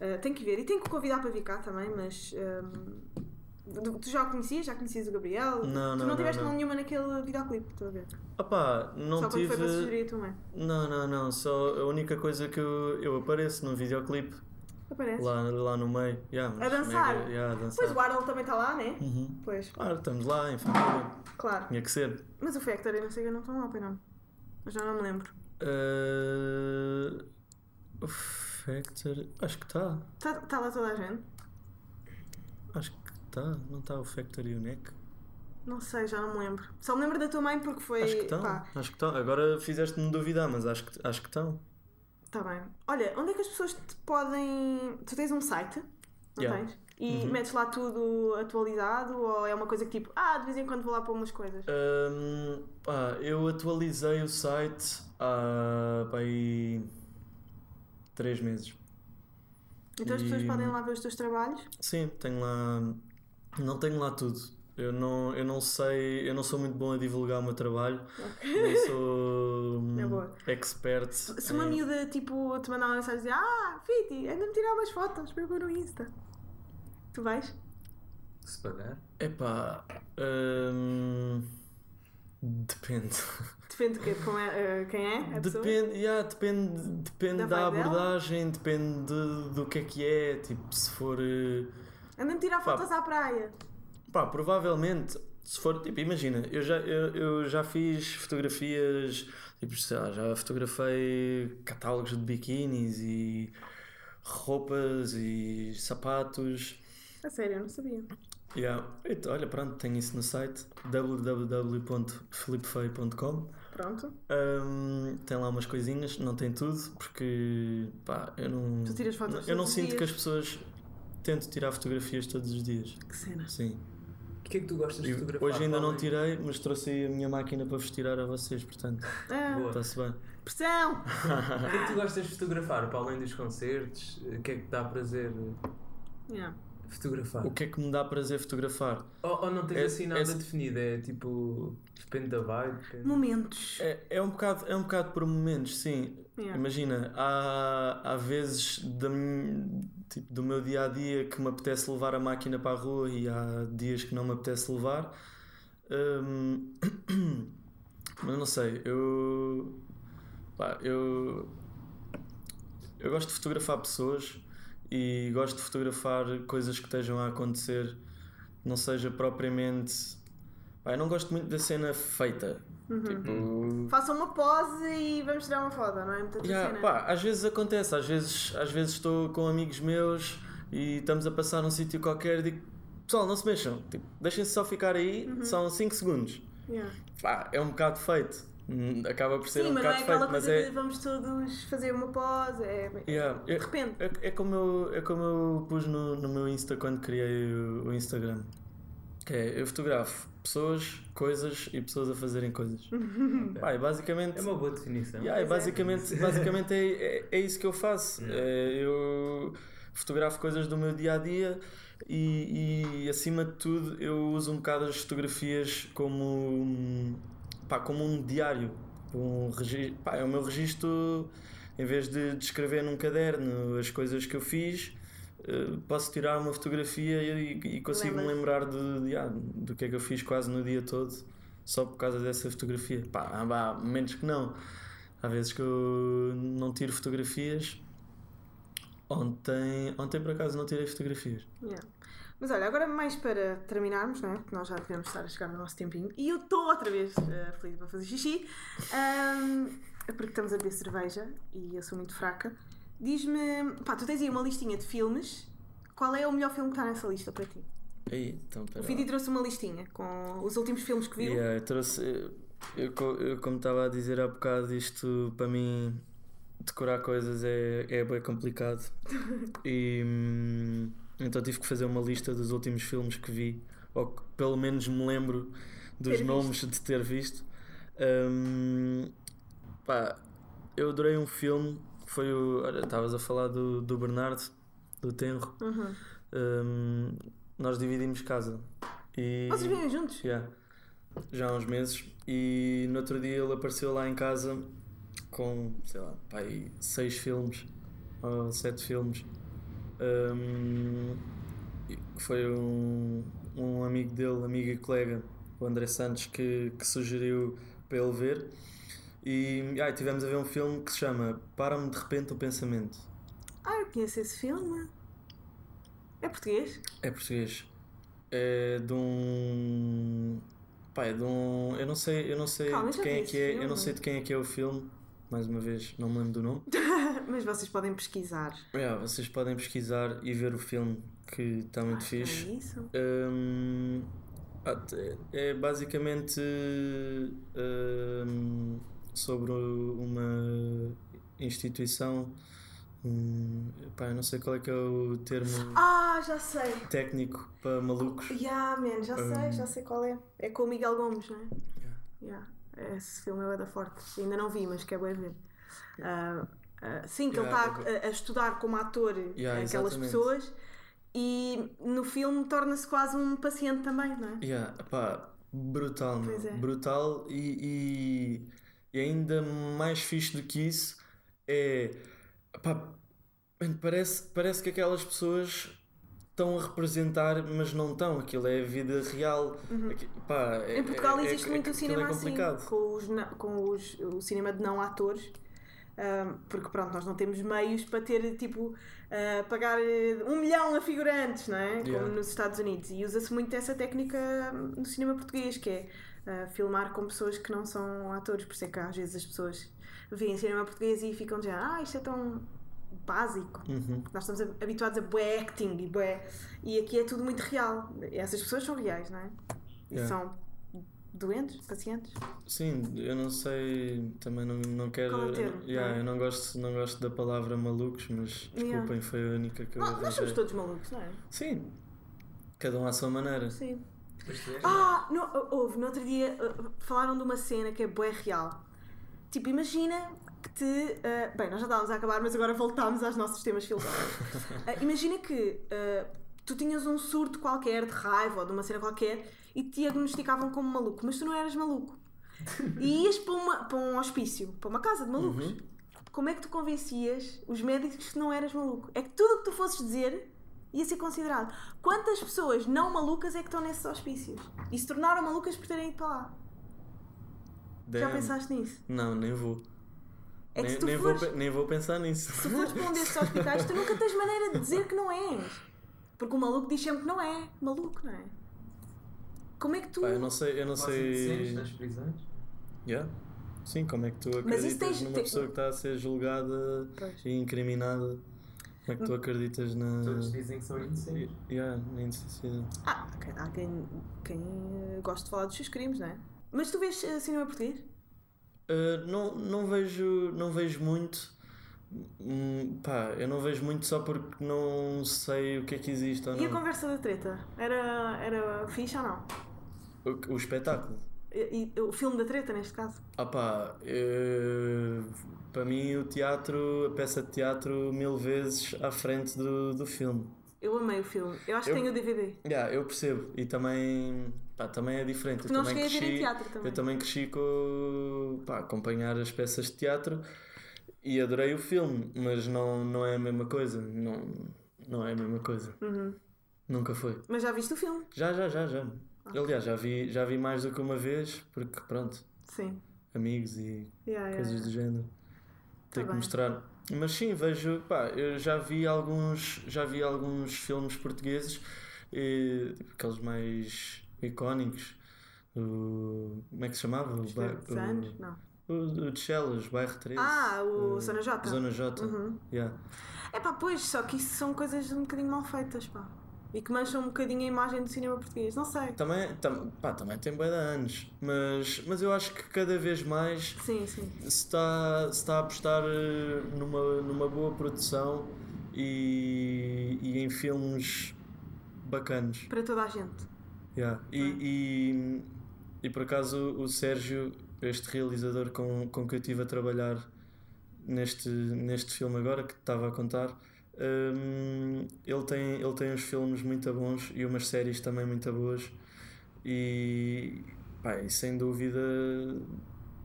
Speaker 5: Eh, tenho que ver. E tenho que o convidar para vir cá também, mas. ehm, tu- tu já o conhecias? Já conhecias o Gabriel?
Speaker 3: Não,
Speaker 5: tu
Speaker 3: não,
Speaker 5: não
Speaker 3: não,
Speaker 5: tiveste
Speaker 3: não.
Speaker 5: nenhuma naquele videoclipe, estou a ver.
Speaker 3: Opá, não
Speaker 5: Só quando foi para
Speaker 3: tive.
Speaker 5: sugerir a tua mãe.
Speaker 3: Não, não, não. Só a única coisa que eu, eu apareço no videoclipe,
Speaker 5: Aparece.
Speaker 3: lá, lá no meio. Yeah, mas
Speaker 5: dançar?
Speaker 3: mega- yeah, a dançar.
Speaker 5: Pois o Arnold também está lá, né?
Speaker 3: Uhum.
Speaker 5: Pois,
Speaker 3: Claro, estamos lá, em família.
Speaker 5: claro.
Speaker 3: Tinha que ser.
Speaker 5: Mas o Factor e não sei o que não estão lá, pois não. Eu já não me lembro.
Speaker 3: Uh, o Factor. Acho que está.
Speaker 5: Está tá lá toda a gente?
Speaker 3: Acho que está. Não está o Factor e o Neck?
Speaker 5: Não sei, já não me lembro. Só me lembro da tua mãe porque foi.
Speaker 3: Acho que estão.
Speaker 5: pá,
Speaker 3: Acho que estão. Agora fizeste-me duvidar, mas acho que acho que estão.
Speaker 5: tá bem. Olha, onde é que as pessoas te podem. Tu tens um site? Não
Speaker 3: Yeah. Uhum.
Speaker 5: tens? E metes lá tudo atualizado ou é uma coisa que tipo, ah, de vez em quando vou lá para umas coisas?
Speaker 3: Hum, pá, eu atualizei o site há pá, aí três meses.
Speaker 5: Então as
Speaker 3: e-
Speaker 5: pessoas podem lá ver os teus trabalhos?
Speaker 3: Sim, tenho lá. Não tenho lá tudo. Eu não, eu não sei, eu não sou muito bom a divulgar o meu trabalho. Não
Speaker 5: Na
Speaker 3: sou hum,
Speaker 5: É boa.
Speaker 3: expert.
Speaker 5: Se uma
Speaker 3: em-
Speaker 5: miúda tipo te mandar uma mensagem e dizer, ah, Fiti, ainda-me tirar umas fotos para eu pôr no Insta. Tu vais?
Speaker 4: Se pagar.
Speaker 3: Epá. hum, depende.
Speaker 5: Depende de quê? Como é, eh, quem é a pessoa?
Speaker 3: Depende, yeah, depende, depende
Speaker 5: Da
Speaker 3: da,
Speaker 5: vibe dela?
Speaker 3: abordagem, depende de- do que é que é. Tipo, se for. eh,
Speaker 5: Anda-me tirar
Speaker 3: Pá.
Speaker 5: fotos à praia.
Speaker 3: Pá, provavelmente, se for, tipo, imagina, eu já, eu, eu já fiz fotografias, tipo, sei lá, já fotografei catálogos de biquinis e roupas e sapatos.
Speaker 5: A sério, eu não sabia.
Speaker 3: Yeah. Então, olha, pronto, tenho isso no site www.filipefeio.com.
Speaker 5: Pronto.
Speaker 3: Hum, tem lá umas coisinhas, não tem tudo, porque pá, eu não.
Speaker 5: Tu tiras fotos
Speaker 3: Eu não
Speaker 5: todos os
Speaker 3: sinto que
Speaker 5: dias?
Speaker 3: as pessoas tento tirar fotografias todos os dias.
Speaker 5: Que cena.
Speaker 3: Sim.
Speaker 4: O que é que tu gostas de
Speaker 3: E
Speaker 4: fotografar?
Speaker 3: Hoje ainda não
Speaker 4: Paulo?
Speaker 3: tirei, mas trouxe aí a minha máquina para vos tirar a vocês, portanto,
Speaker 5: Ah,
Speaker 4: Boa.
Speaker 3: está-se bem.
Speaker 5: pressão!
Speaker 4: O que é que tu gostas de fotografar? Para além dos concertos, o que é que te dá prazer
Speaker 5: Yeah.
Speaker 4: fotografar?
Speaker 3: O que é que me dá prazer fotografar?
Speaker 4: Ou, ou não tens
Speaker 3: É-
Speaker 4: assim nada
Speaker 3: é-
Speaker 4: definido? É tipo. Depende da vibe. depende-
Speaker 5: Momentos.
Speaker 3: É, é, um, bocado, é um bocado por momentos, sim.
Speaker 5: Yeah.
Speaker 3: Imagina, há, há vezes da min- tipo, do meu dia a dia que me apetece levar a máquina para a rua e há dias que não me apetece levar. Hum, mas não sei, eu. pá, eu. Eu gosto de fotografar pessoas e gosto de fotografar coisas que estejam a acontecer, não seja propriamente. pá, eu não gosto muito da cena feita. Tipo,
Speaker 5: Façam uma pose e vamos tirar uma foto, não é? Muita
Speaker 3: Yeah,
Speaker 5: cena.
Speaker 3: pá, às vezes acontece, às vezes, às vezes estou com amigos meus e estamos a passar num sítio qualquer e digo, pessoal, não se mexam, tipo, deixem-se só ficar aí,
Speaker 5: Uhum.
Speaker 3: são 5 segundos.
Speaker 5: Yeah.
Speaker 3: Pá, é um bocado feito, Hum, acaba por ser
Speaker 5: Sim,
Speaker 3: um
Speaker 5: mas não
Speaker 3: bocado
Speaker 5: é aquela
Speaker 3: feito, mas
Speaker 5: coisa
Speaker 3: é.
Speaker 5: de vamos todos fazer uma pose. É...
Speaker 3: Yeah,
Speaker 5: De
Speaker 3: é,
Speaker 5: repente.
Speaker 3: é- é como eu, é como eu pus no, no meu Insta quando criei o, o Instagram. Que é, eu fotografo pessoas, coisas e pessoas a fazerem coisas. Pá, e basicamente.
Speaker 4: É uma boa definição.
Speaker 3: Yeah, e
Speaker 5: Pois é.
Speaker 3: basicamente, basicamente é, é, é isso que eu faço. É, eu fotografo coisas do meu dia a dia e, e, acima de tudo eu uso um bocado as fotografias como, um- pá, como um diário. Um regi- pá, é o meu registro, em vez de, de escrever num caderno as coisas que eu fiz. eh, Posso tirar uma fotografia e, e consigo me lembrar de, de, ah, do que é que eu fiz quase no dia todo só por causa dessa fotografia. Pá, há há momentos que não. Há vezes que eu não tiro fotografias. Ontem, ontem por acaso não tirei fotografias.
Speaker 5: Yeah. Mas olha, agora mais para terminarmos, não é? Porque nós já devemos estar a chegar no nosso tempinho. E eu estou outra vez eh, feliz para fazer xixi. Ahm, porque estamos a beber cerveja e eu sou muito fraca. Diz-me, pá, tu tens aí uma listinha de filmes. Qual é o melhor filme que está nessa lista para ti?
Speaker 3: Aí, então,
Speaker 5: O
Speaker 3: pera
Speaker 5: Fiti
Speaker 3: lá.
Speaker 5: trouxe uma listinha com os últimos filmes que viu.
Speaker 3: Yeah, eu trouxe. Eu, co- eu, como estava a dizer há bocado, isto para mim decorar coisas é, é bem complicado. E hum, então tive que fazer uma lista dos últimos filmes que vi, ou que pelo menos me lembro dos
Speaker 5: Ter
Speaker 3: nomes de ter visto. Hum, pá, eu adorei um filme que foi o. Olha, estavas a falar do, do Bernardo, do Tenro.
Speaker 5: Uhum.
Speaker 3: Hum, nós dividimos casa. E,
Speaker 5: Vocês vêm juntos?
Speaker 3: Yeah. Já há uns meses. E no outro dia ele apareceu lá em casa com, sei lá, pá, aí seis filmes ou sete filmes. Hum, e foi um, um amigo dele, amigo e colega, o André Santos, que, que sugeriu para ele ver. E ai, tivemos a ver um filme que se chama Para-me de Repente o Pensamento.
Speaker 5: Ah, eu conheço esse filme. É português?
Speaker 3: É português. É de um. Pá, é de um. Eu não sei, eu não sei
Speaker 5: Calma, eu
Speaker 3: de
Speaker 5: já
Speaker 3: quem
Speaker 5: vi
Speaker 3: é
Speaker 5: esse
Speaker 3: que é. Eu
Speaker 5: filme.
Speaker 3: não sei de quem é que é o filme. Mais uma vez, não me lembro do nome.
Speaker 5: Mas vocês podem pesquisar.
Speaker 3: Yeah, vocês podem pesquisar e ver o filme que está muito
Speaker 5: É
Speaker 3: fixe.
Speaker 5: isso?
Speaker 3: Hum, ah, te- é basicamente hum, sobre uma instituição. hum, pá, eu não sei qual é que é o termo
Speaker 5: Ah, já sei.
Speaker 3: técnico para malucos.
Speaker 5: Yeah, man, já
Speaker 3: Hum.
Speaker 5: sei, já sei qual é. É com o Miguel Gomes, não é?
Speaker 3: Yeah.
Speaker 5: Yeah. Esse filme é da forte. Ainda não vi, mas quero bem ver. Ah, ah, sim, que
Speaker 3: Yeah,
Speaker 5: ele está a, a estudar como ator
Speaker 3: Yeah,
Speaker 5: aquelas
Speaker 3: exatamente.
Speaker 5: pessoas e no filme torna-se quase um paciente também, não é?
Speaker 3: Yeah, pá, brutal, meu.
Speaker 5: Pois é.
Speaker 3: Brutal e, e, e ainda mais fixe do que isso é. Pá, man, parece, parece que aquelas pessoas estão a representar, mas não estão. Aquilo é a vida real. Aqui- pá, é-
Speaker 5: Uhum. Em Portugal
Speaker 3: é- é-
Speaker 5: existe
Speaker 3: é-
Speaker 5: muito o
Speaker 3: aquilo é
Speaker 5: cinema assim,
Speaker 3: complicado.
Speaker 5: com, os, na- com os- o cinema de não atores, ahm, porque pronto, nós não temos meios para ter tipo ah, pagar eh, um milhão a figurantes, não é?
Speaker 3: Yeah.
Speaker 5: Como nos Estados Unidos. E usa-se muito essa técnica hum, no cinema português, que é ah, filmar com pessoas que não são atores, por isso é que às vezes as pessoas veem cinema português e ficam já, ah, isto é tão básico.
Speaker 3: Uhum.
Speaker 5: Nós estamos hab- habituados a bué acting e bué. E aqui é tudo muito real. Essas pessoas são reais, não é? E
Speaker 3: Yeah.
Speaker 5: são doentes, pacientes.
Speaker 3: Sim, eu não sei, também não, não quero.
Speaker 5: Qual é o termo,
Speaker 3: eu não- yeah,
Speaker 5: não é?
Speaker 3: eu não gosto, não gosto da palavra malucos, mas
Speaker 5: Yeah.
Speaker 3: desculpem, foi a única que eu
Speaker 5: Não, nós somos
Speaker 3: arranjei.
Speaker 5: todos malucos, não é?
Speaker 3: Sim, cada um à sua maneira.
Speaker 5: Sim.
Speaker 4: Mas tu és
Speaker 5: Ah, no, houve, no outro dia uh, falaram de uma cena que é bué real. Tipo, imagina que te. uh, bem, nós já estávamos a acabar, mas agora voltámos aos nossos temas filosóficos. Uh, imagina que uh, tu tinhas um surto qualquer de raiva ou de uma cena qualquer e te diagnosticavam como maluco, mas tu não eras maluco. E ias para, uma- para um hospício, para uma casa de malucos.
Speaker 3: Uhum.
Speaker 5: Como é que tu convencias os médicos que não eras maluco? É que tudo o que tu fosses dizer ia ser considerado. Quantas pessoas não malucas é que estão nesses hospícios? E se tornaram malucas por terem ido para lá? Já
Speaker 3: Damn.
Speaker 5: pensaste nisso?
Speaker 3: Não, nem vou.
Speaker 5: É que
Speaker 3: nem,
Speaker 5: se tu
Speaker 3: nem
Speaker 5: fores,
Speaker 3: vou, pe- nem vou pensar nisso.
Speaker 5: se fores para um desses hospitais, tu nunca tens maneira de dizer que não és. Porque o maluco diz sempre que não é. Maluco, não é? Como é que tu.
Speaker 3: Pá, eu não sei. Eu não sei...
Speaker 4: nas prisões?
Speaker 3: Yeah. Sim, como é que tu
Speaker 5: Mas
Speaker 3: acreditas
Speaker 5: isso tens-
Speaker 3: numa
Speaker 5: te-
Speaker 3: pessoa que está a ser julgada
Speaker 5: Pois.
Speaker 3: e incriminada? Como é
Speaker 5: Hum.
Speaker 3: que tu acreditas na.
Speaker 4: Todos dizem que são inocentes.
Speaker 3: Yeah, na injustiça?
Speaker 5: Ah, ok, há quem, quem eh, gosta de falar dos seus crimes, não é? Mas tu vês eh, cinema português?
Speaker 3: Uh, não, não vejo não vejo muito Hum, pá, eu não vejo muito só porque não sei o que é que existe ou
Speaker 5: E a
Speaker 3: não.
Speaker 5: conversa da treta? Era, era fixe ou não?
Speaker 3: O, o espetáculo.
Speaker 5: E, e- o filme da treta, neste caso?
Speaker 3: Ah pá, eh, para mim o teatro, a peça de teatro mil vezes à frente do, do filme.
Speaker 5: Eu amei o filme. Eu acho
Speaker 3: Eu-
Speaker 5: que tenho o DVD.
Speaker 3: Yeah, eu percebo. E também, pá, também é diferente.
Speaker 5: Porque
Speaker 3: eu
Speaker 5: não
Speaker 3: também
Speaker 5: cheguei a ver em
Speaker 3: cresci-
Speaker 5: teatro também.
Speaker 3: Eu também cresci com pá, acompanhar as peças de teatro e adorei o filme, mas não, não é a mesma coisa. Não, não é a mesma coisa.
Speaker 5: Uhum.
Speaker 3: Nunca foi.
Speaker 5: Mas já viste o filme?
Speaker 3: Já, já, já, já. Aliás, já vi, já vi mais do que uma vez, porque pronto,
Speaker 5: Sim.
Speaker 3: amigos e
Speaker 5: Yeah, yeah. Tá
Speaker 3: coisas do género. Tenho que
Speaker 5: bem.
Speaker 3: mostrar. Mas sim, vejo, pá, eu já vi alguns, já vi alguns filmes portugueses, eh, tipo, aqueles mais icónicos. O, como é que se chamava? O,
Speaker 5: Os
Speaker 3: ba-
Speaker 5: Verdes Anos? Não.
Speaker 3: o, o, o de Chelas, bairro 13.
Speaker 5: Ah, o
Speaker 3: eh,
Speaker 5: Zona J.
Speaker 3: Zona J.
Speaker 5: Uhum.
Speaker 3: yeah.
Speaker 5: É pá, pois, só que isso são coisas um bocadinho mal feitas, pá. E que mancham um bocadinho a imagem do cinema português. Não sei.
Speaker 3: Também, tam, pá, também tem bué de anos, mas, mas eu acho que cada vez mais
Speaker 5: Sim, sim.
Speaker 3: se está, se está a apostar eh, numa, numa boa produção e, e em filmes bacanos.
Speaker 5: Para toda a gente.
Speaker 3: Yeah. E, e, e por acaso o Sérgio, este realizador com, com que eu estive a trabalhar neste, neste filme agora que te estava a contar, hum, ele, tem, ele tem uns filmes muito bons e umas séries também muito boas. E, pá, e sem dúvida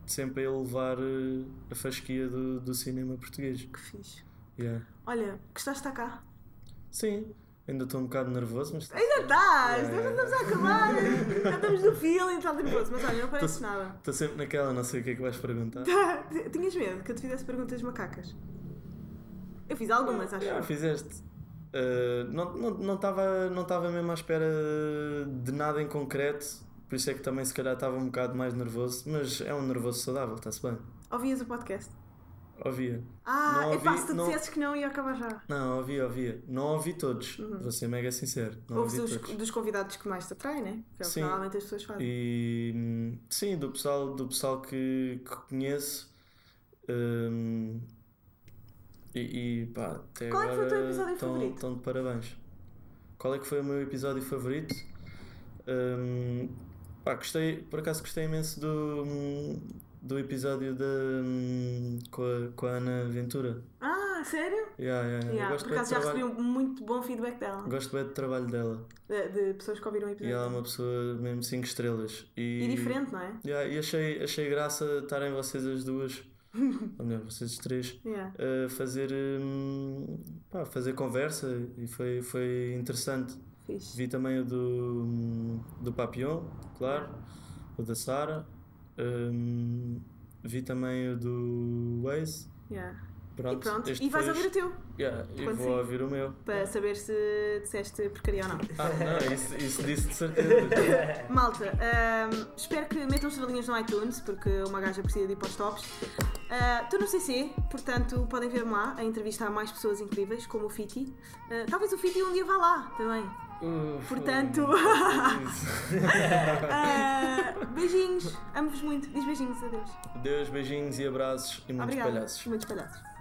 Speaker 3: sempre a elevar eh, a fasquia do, do cinema português.
Speaker 5: Que fixe.
Speaker 3: Yeah.
Speaker 5: Olha, gostaste de estar cá?
Speaker 3: Sim, ainda estou um bocado nervoso, mas tá
Speaker 5: Ainda estás!
Speaker 3: Yeah,
Speaker 5: Nós estamos a acabar! Já estamos no feeling, está nervoso. Mas olha, não parece
Speaker 3: Tô-
Speaker 5: nada.
Speaker 3: estou sempre naquela, não sei o que é que vais perguntar.
Speaker 5: T- Tinhas medo que eu te fizesse perguntas macacas? Eu fiz algumas, acho.
Speaker 3: Já,
Speaker 5: eu.
Speaker 3: fizeste. Uh, não estava não, tava- não tava mesmo à espera de nada em concreto, por isso é que também se calhar estava um bocado mais nervoso, mas é um nervoso saudável, está-se bem.
Speaker 5: Ouvias o podcast?
Speaker 3: Ouvia.
Speaker 5: Ah,
Speaker 3: Não
Speaker 5: é pá,
Speaker 3: ouvi,
Speaker 5: se tu
Speaker 3: não-
Speaker 5: dissesses que não ia acabar já.
Speaker 3: Não, ouvia, ouvia. Não ouvi todos, vou ser mega sincero. Não
Speaker 5: Ouves
Speaker 3: ouvi
Speaker 5: os
Speaker 3: todos.
Speaker 5: dos convidados que mais te atraem, né? Que é o que
Speaker 3: Sim.
Speaker 5: normalmente as pessoas fazem.
Speaker 3: E hum, sim, do pessoal, do pessoal que, que conheço. hum, e, e, pá, até
Speaker 5: Qual é que foi o teu
Speaker 3: agora
Speaker 5: episódio
Speaker 3: tão-
Speaker 5: favorito?
Speaker 3: tão de parabéns. Qual é que foi o meu episódio favorito? Hum, pá, gostei, por acaso gostei imenso do, hum, do episódio da, hum, com, a, com a Ana Ventura.
Speaker 5: Ah, sério?
Speaker 3: Yeah, yeah, yeah. É, Eu
Speaker 5: Yeah,
Speaker 3: gosto
Speaker 5: por
Speaker 3: bem do
Speaker 5: acaso já recebi
Speaker 3: trabalho-
Speaker 5: um muito bom feedback dela.
Speaker 3: Gosto bem do trabalho dela.
Speaker 5: De, de pessoas que ouviram o
Speaker 3: E ela é
Speaker 5: episódio.
Speaker 3: uma pessoa mesmo 5 estrelas.
Speaker 5: E diferente, não é?
Speaker 3: Yeah, e achei, achei graça estarem vocês as duas, ou melhor, vocês as três,
Speaker 5: Yeah.
Speaker 3: a fazer, hum, pá, fazer conversa e foi, foi interessante.
Speaker 5: Fixe.
Speaker 3: Vi também o do, hum, do Papillon, claro, o da Sara, hum, vi também o do Waze.
Speaker 5: Yeah.
Speaker 3: Pronto,
Speaker 5: e pronto,
Speaker 3: este
Speaker 5: e vais
Speaker 3: foi
Speaker 5: ouvir o
Speaker 3: este-
Speaker 5: teu,
Speaker 3: Yeah, e
Speaker 5: quando
Speaker 3: vou
Speaker 5: sair.
Speaker 3: ouvir o meu.
Speaker 5: para saber se disseste porcaria ou não.
Speaker 3: Ah, não, isso, isso disse de certeza.
Speaker 5: Malta, ahm, espero que metam estrelinhas no iTunes, porque uma gaja precisa de ir para os tops. Ah, Estou no CC, portanto podem ver-me lá a entrevistar mais pessoas incríveis, como o Fiti. Ah, talvez o Fiti um dia vá lá também.
Speaker 3: Uf,
Speaker 5: Portanto,
Speaker 3: isso.
Speaker 5: ah, beijinhos, amo-vos muito. Diz beijinhos, adeus.
Speaker 3: Deus, beijinhos e abraços e muitos
Speaker 5: Obrigada.
Speaker 3: palhaços.
Speaker 5: Muitos palhaços.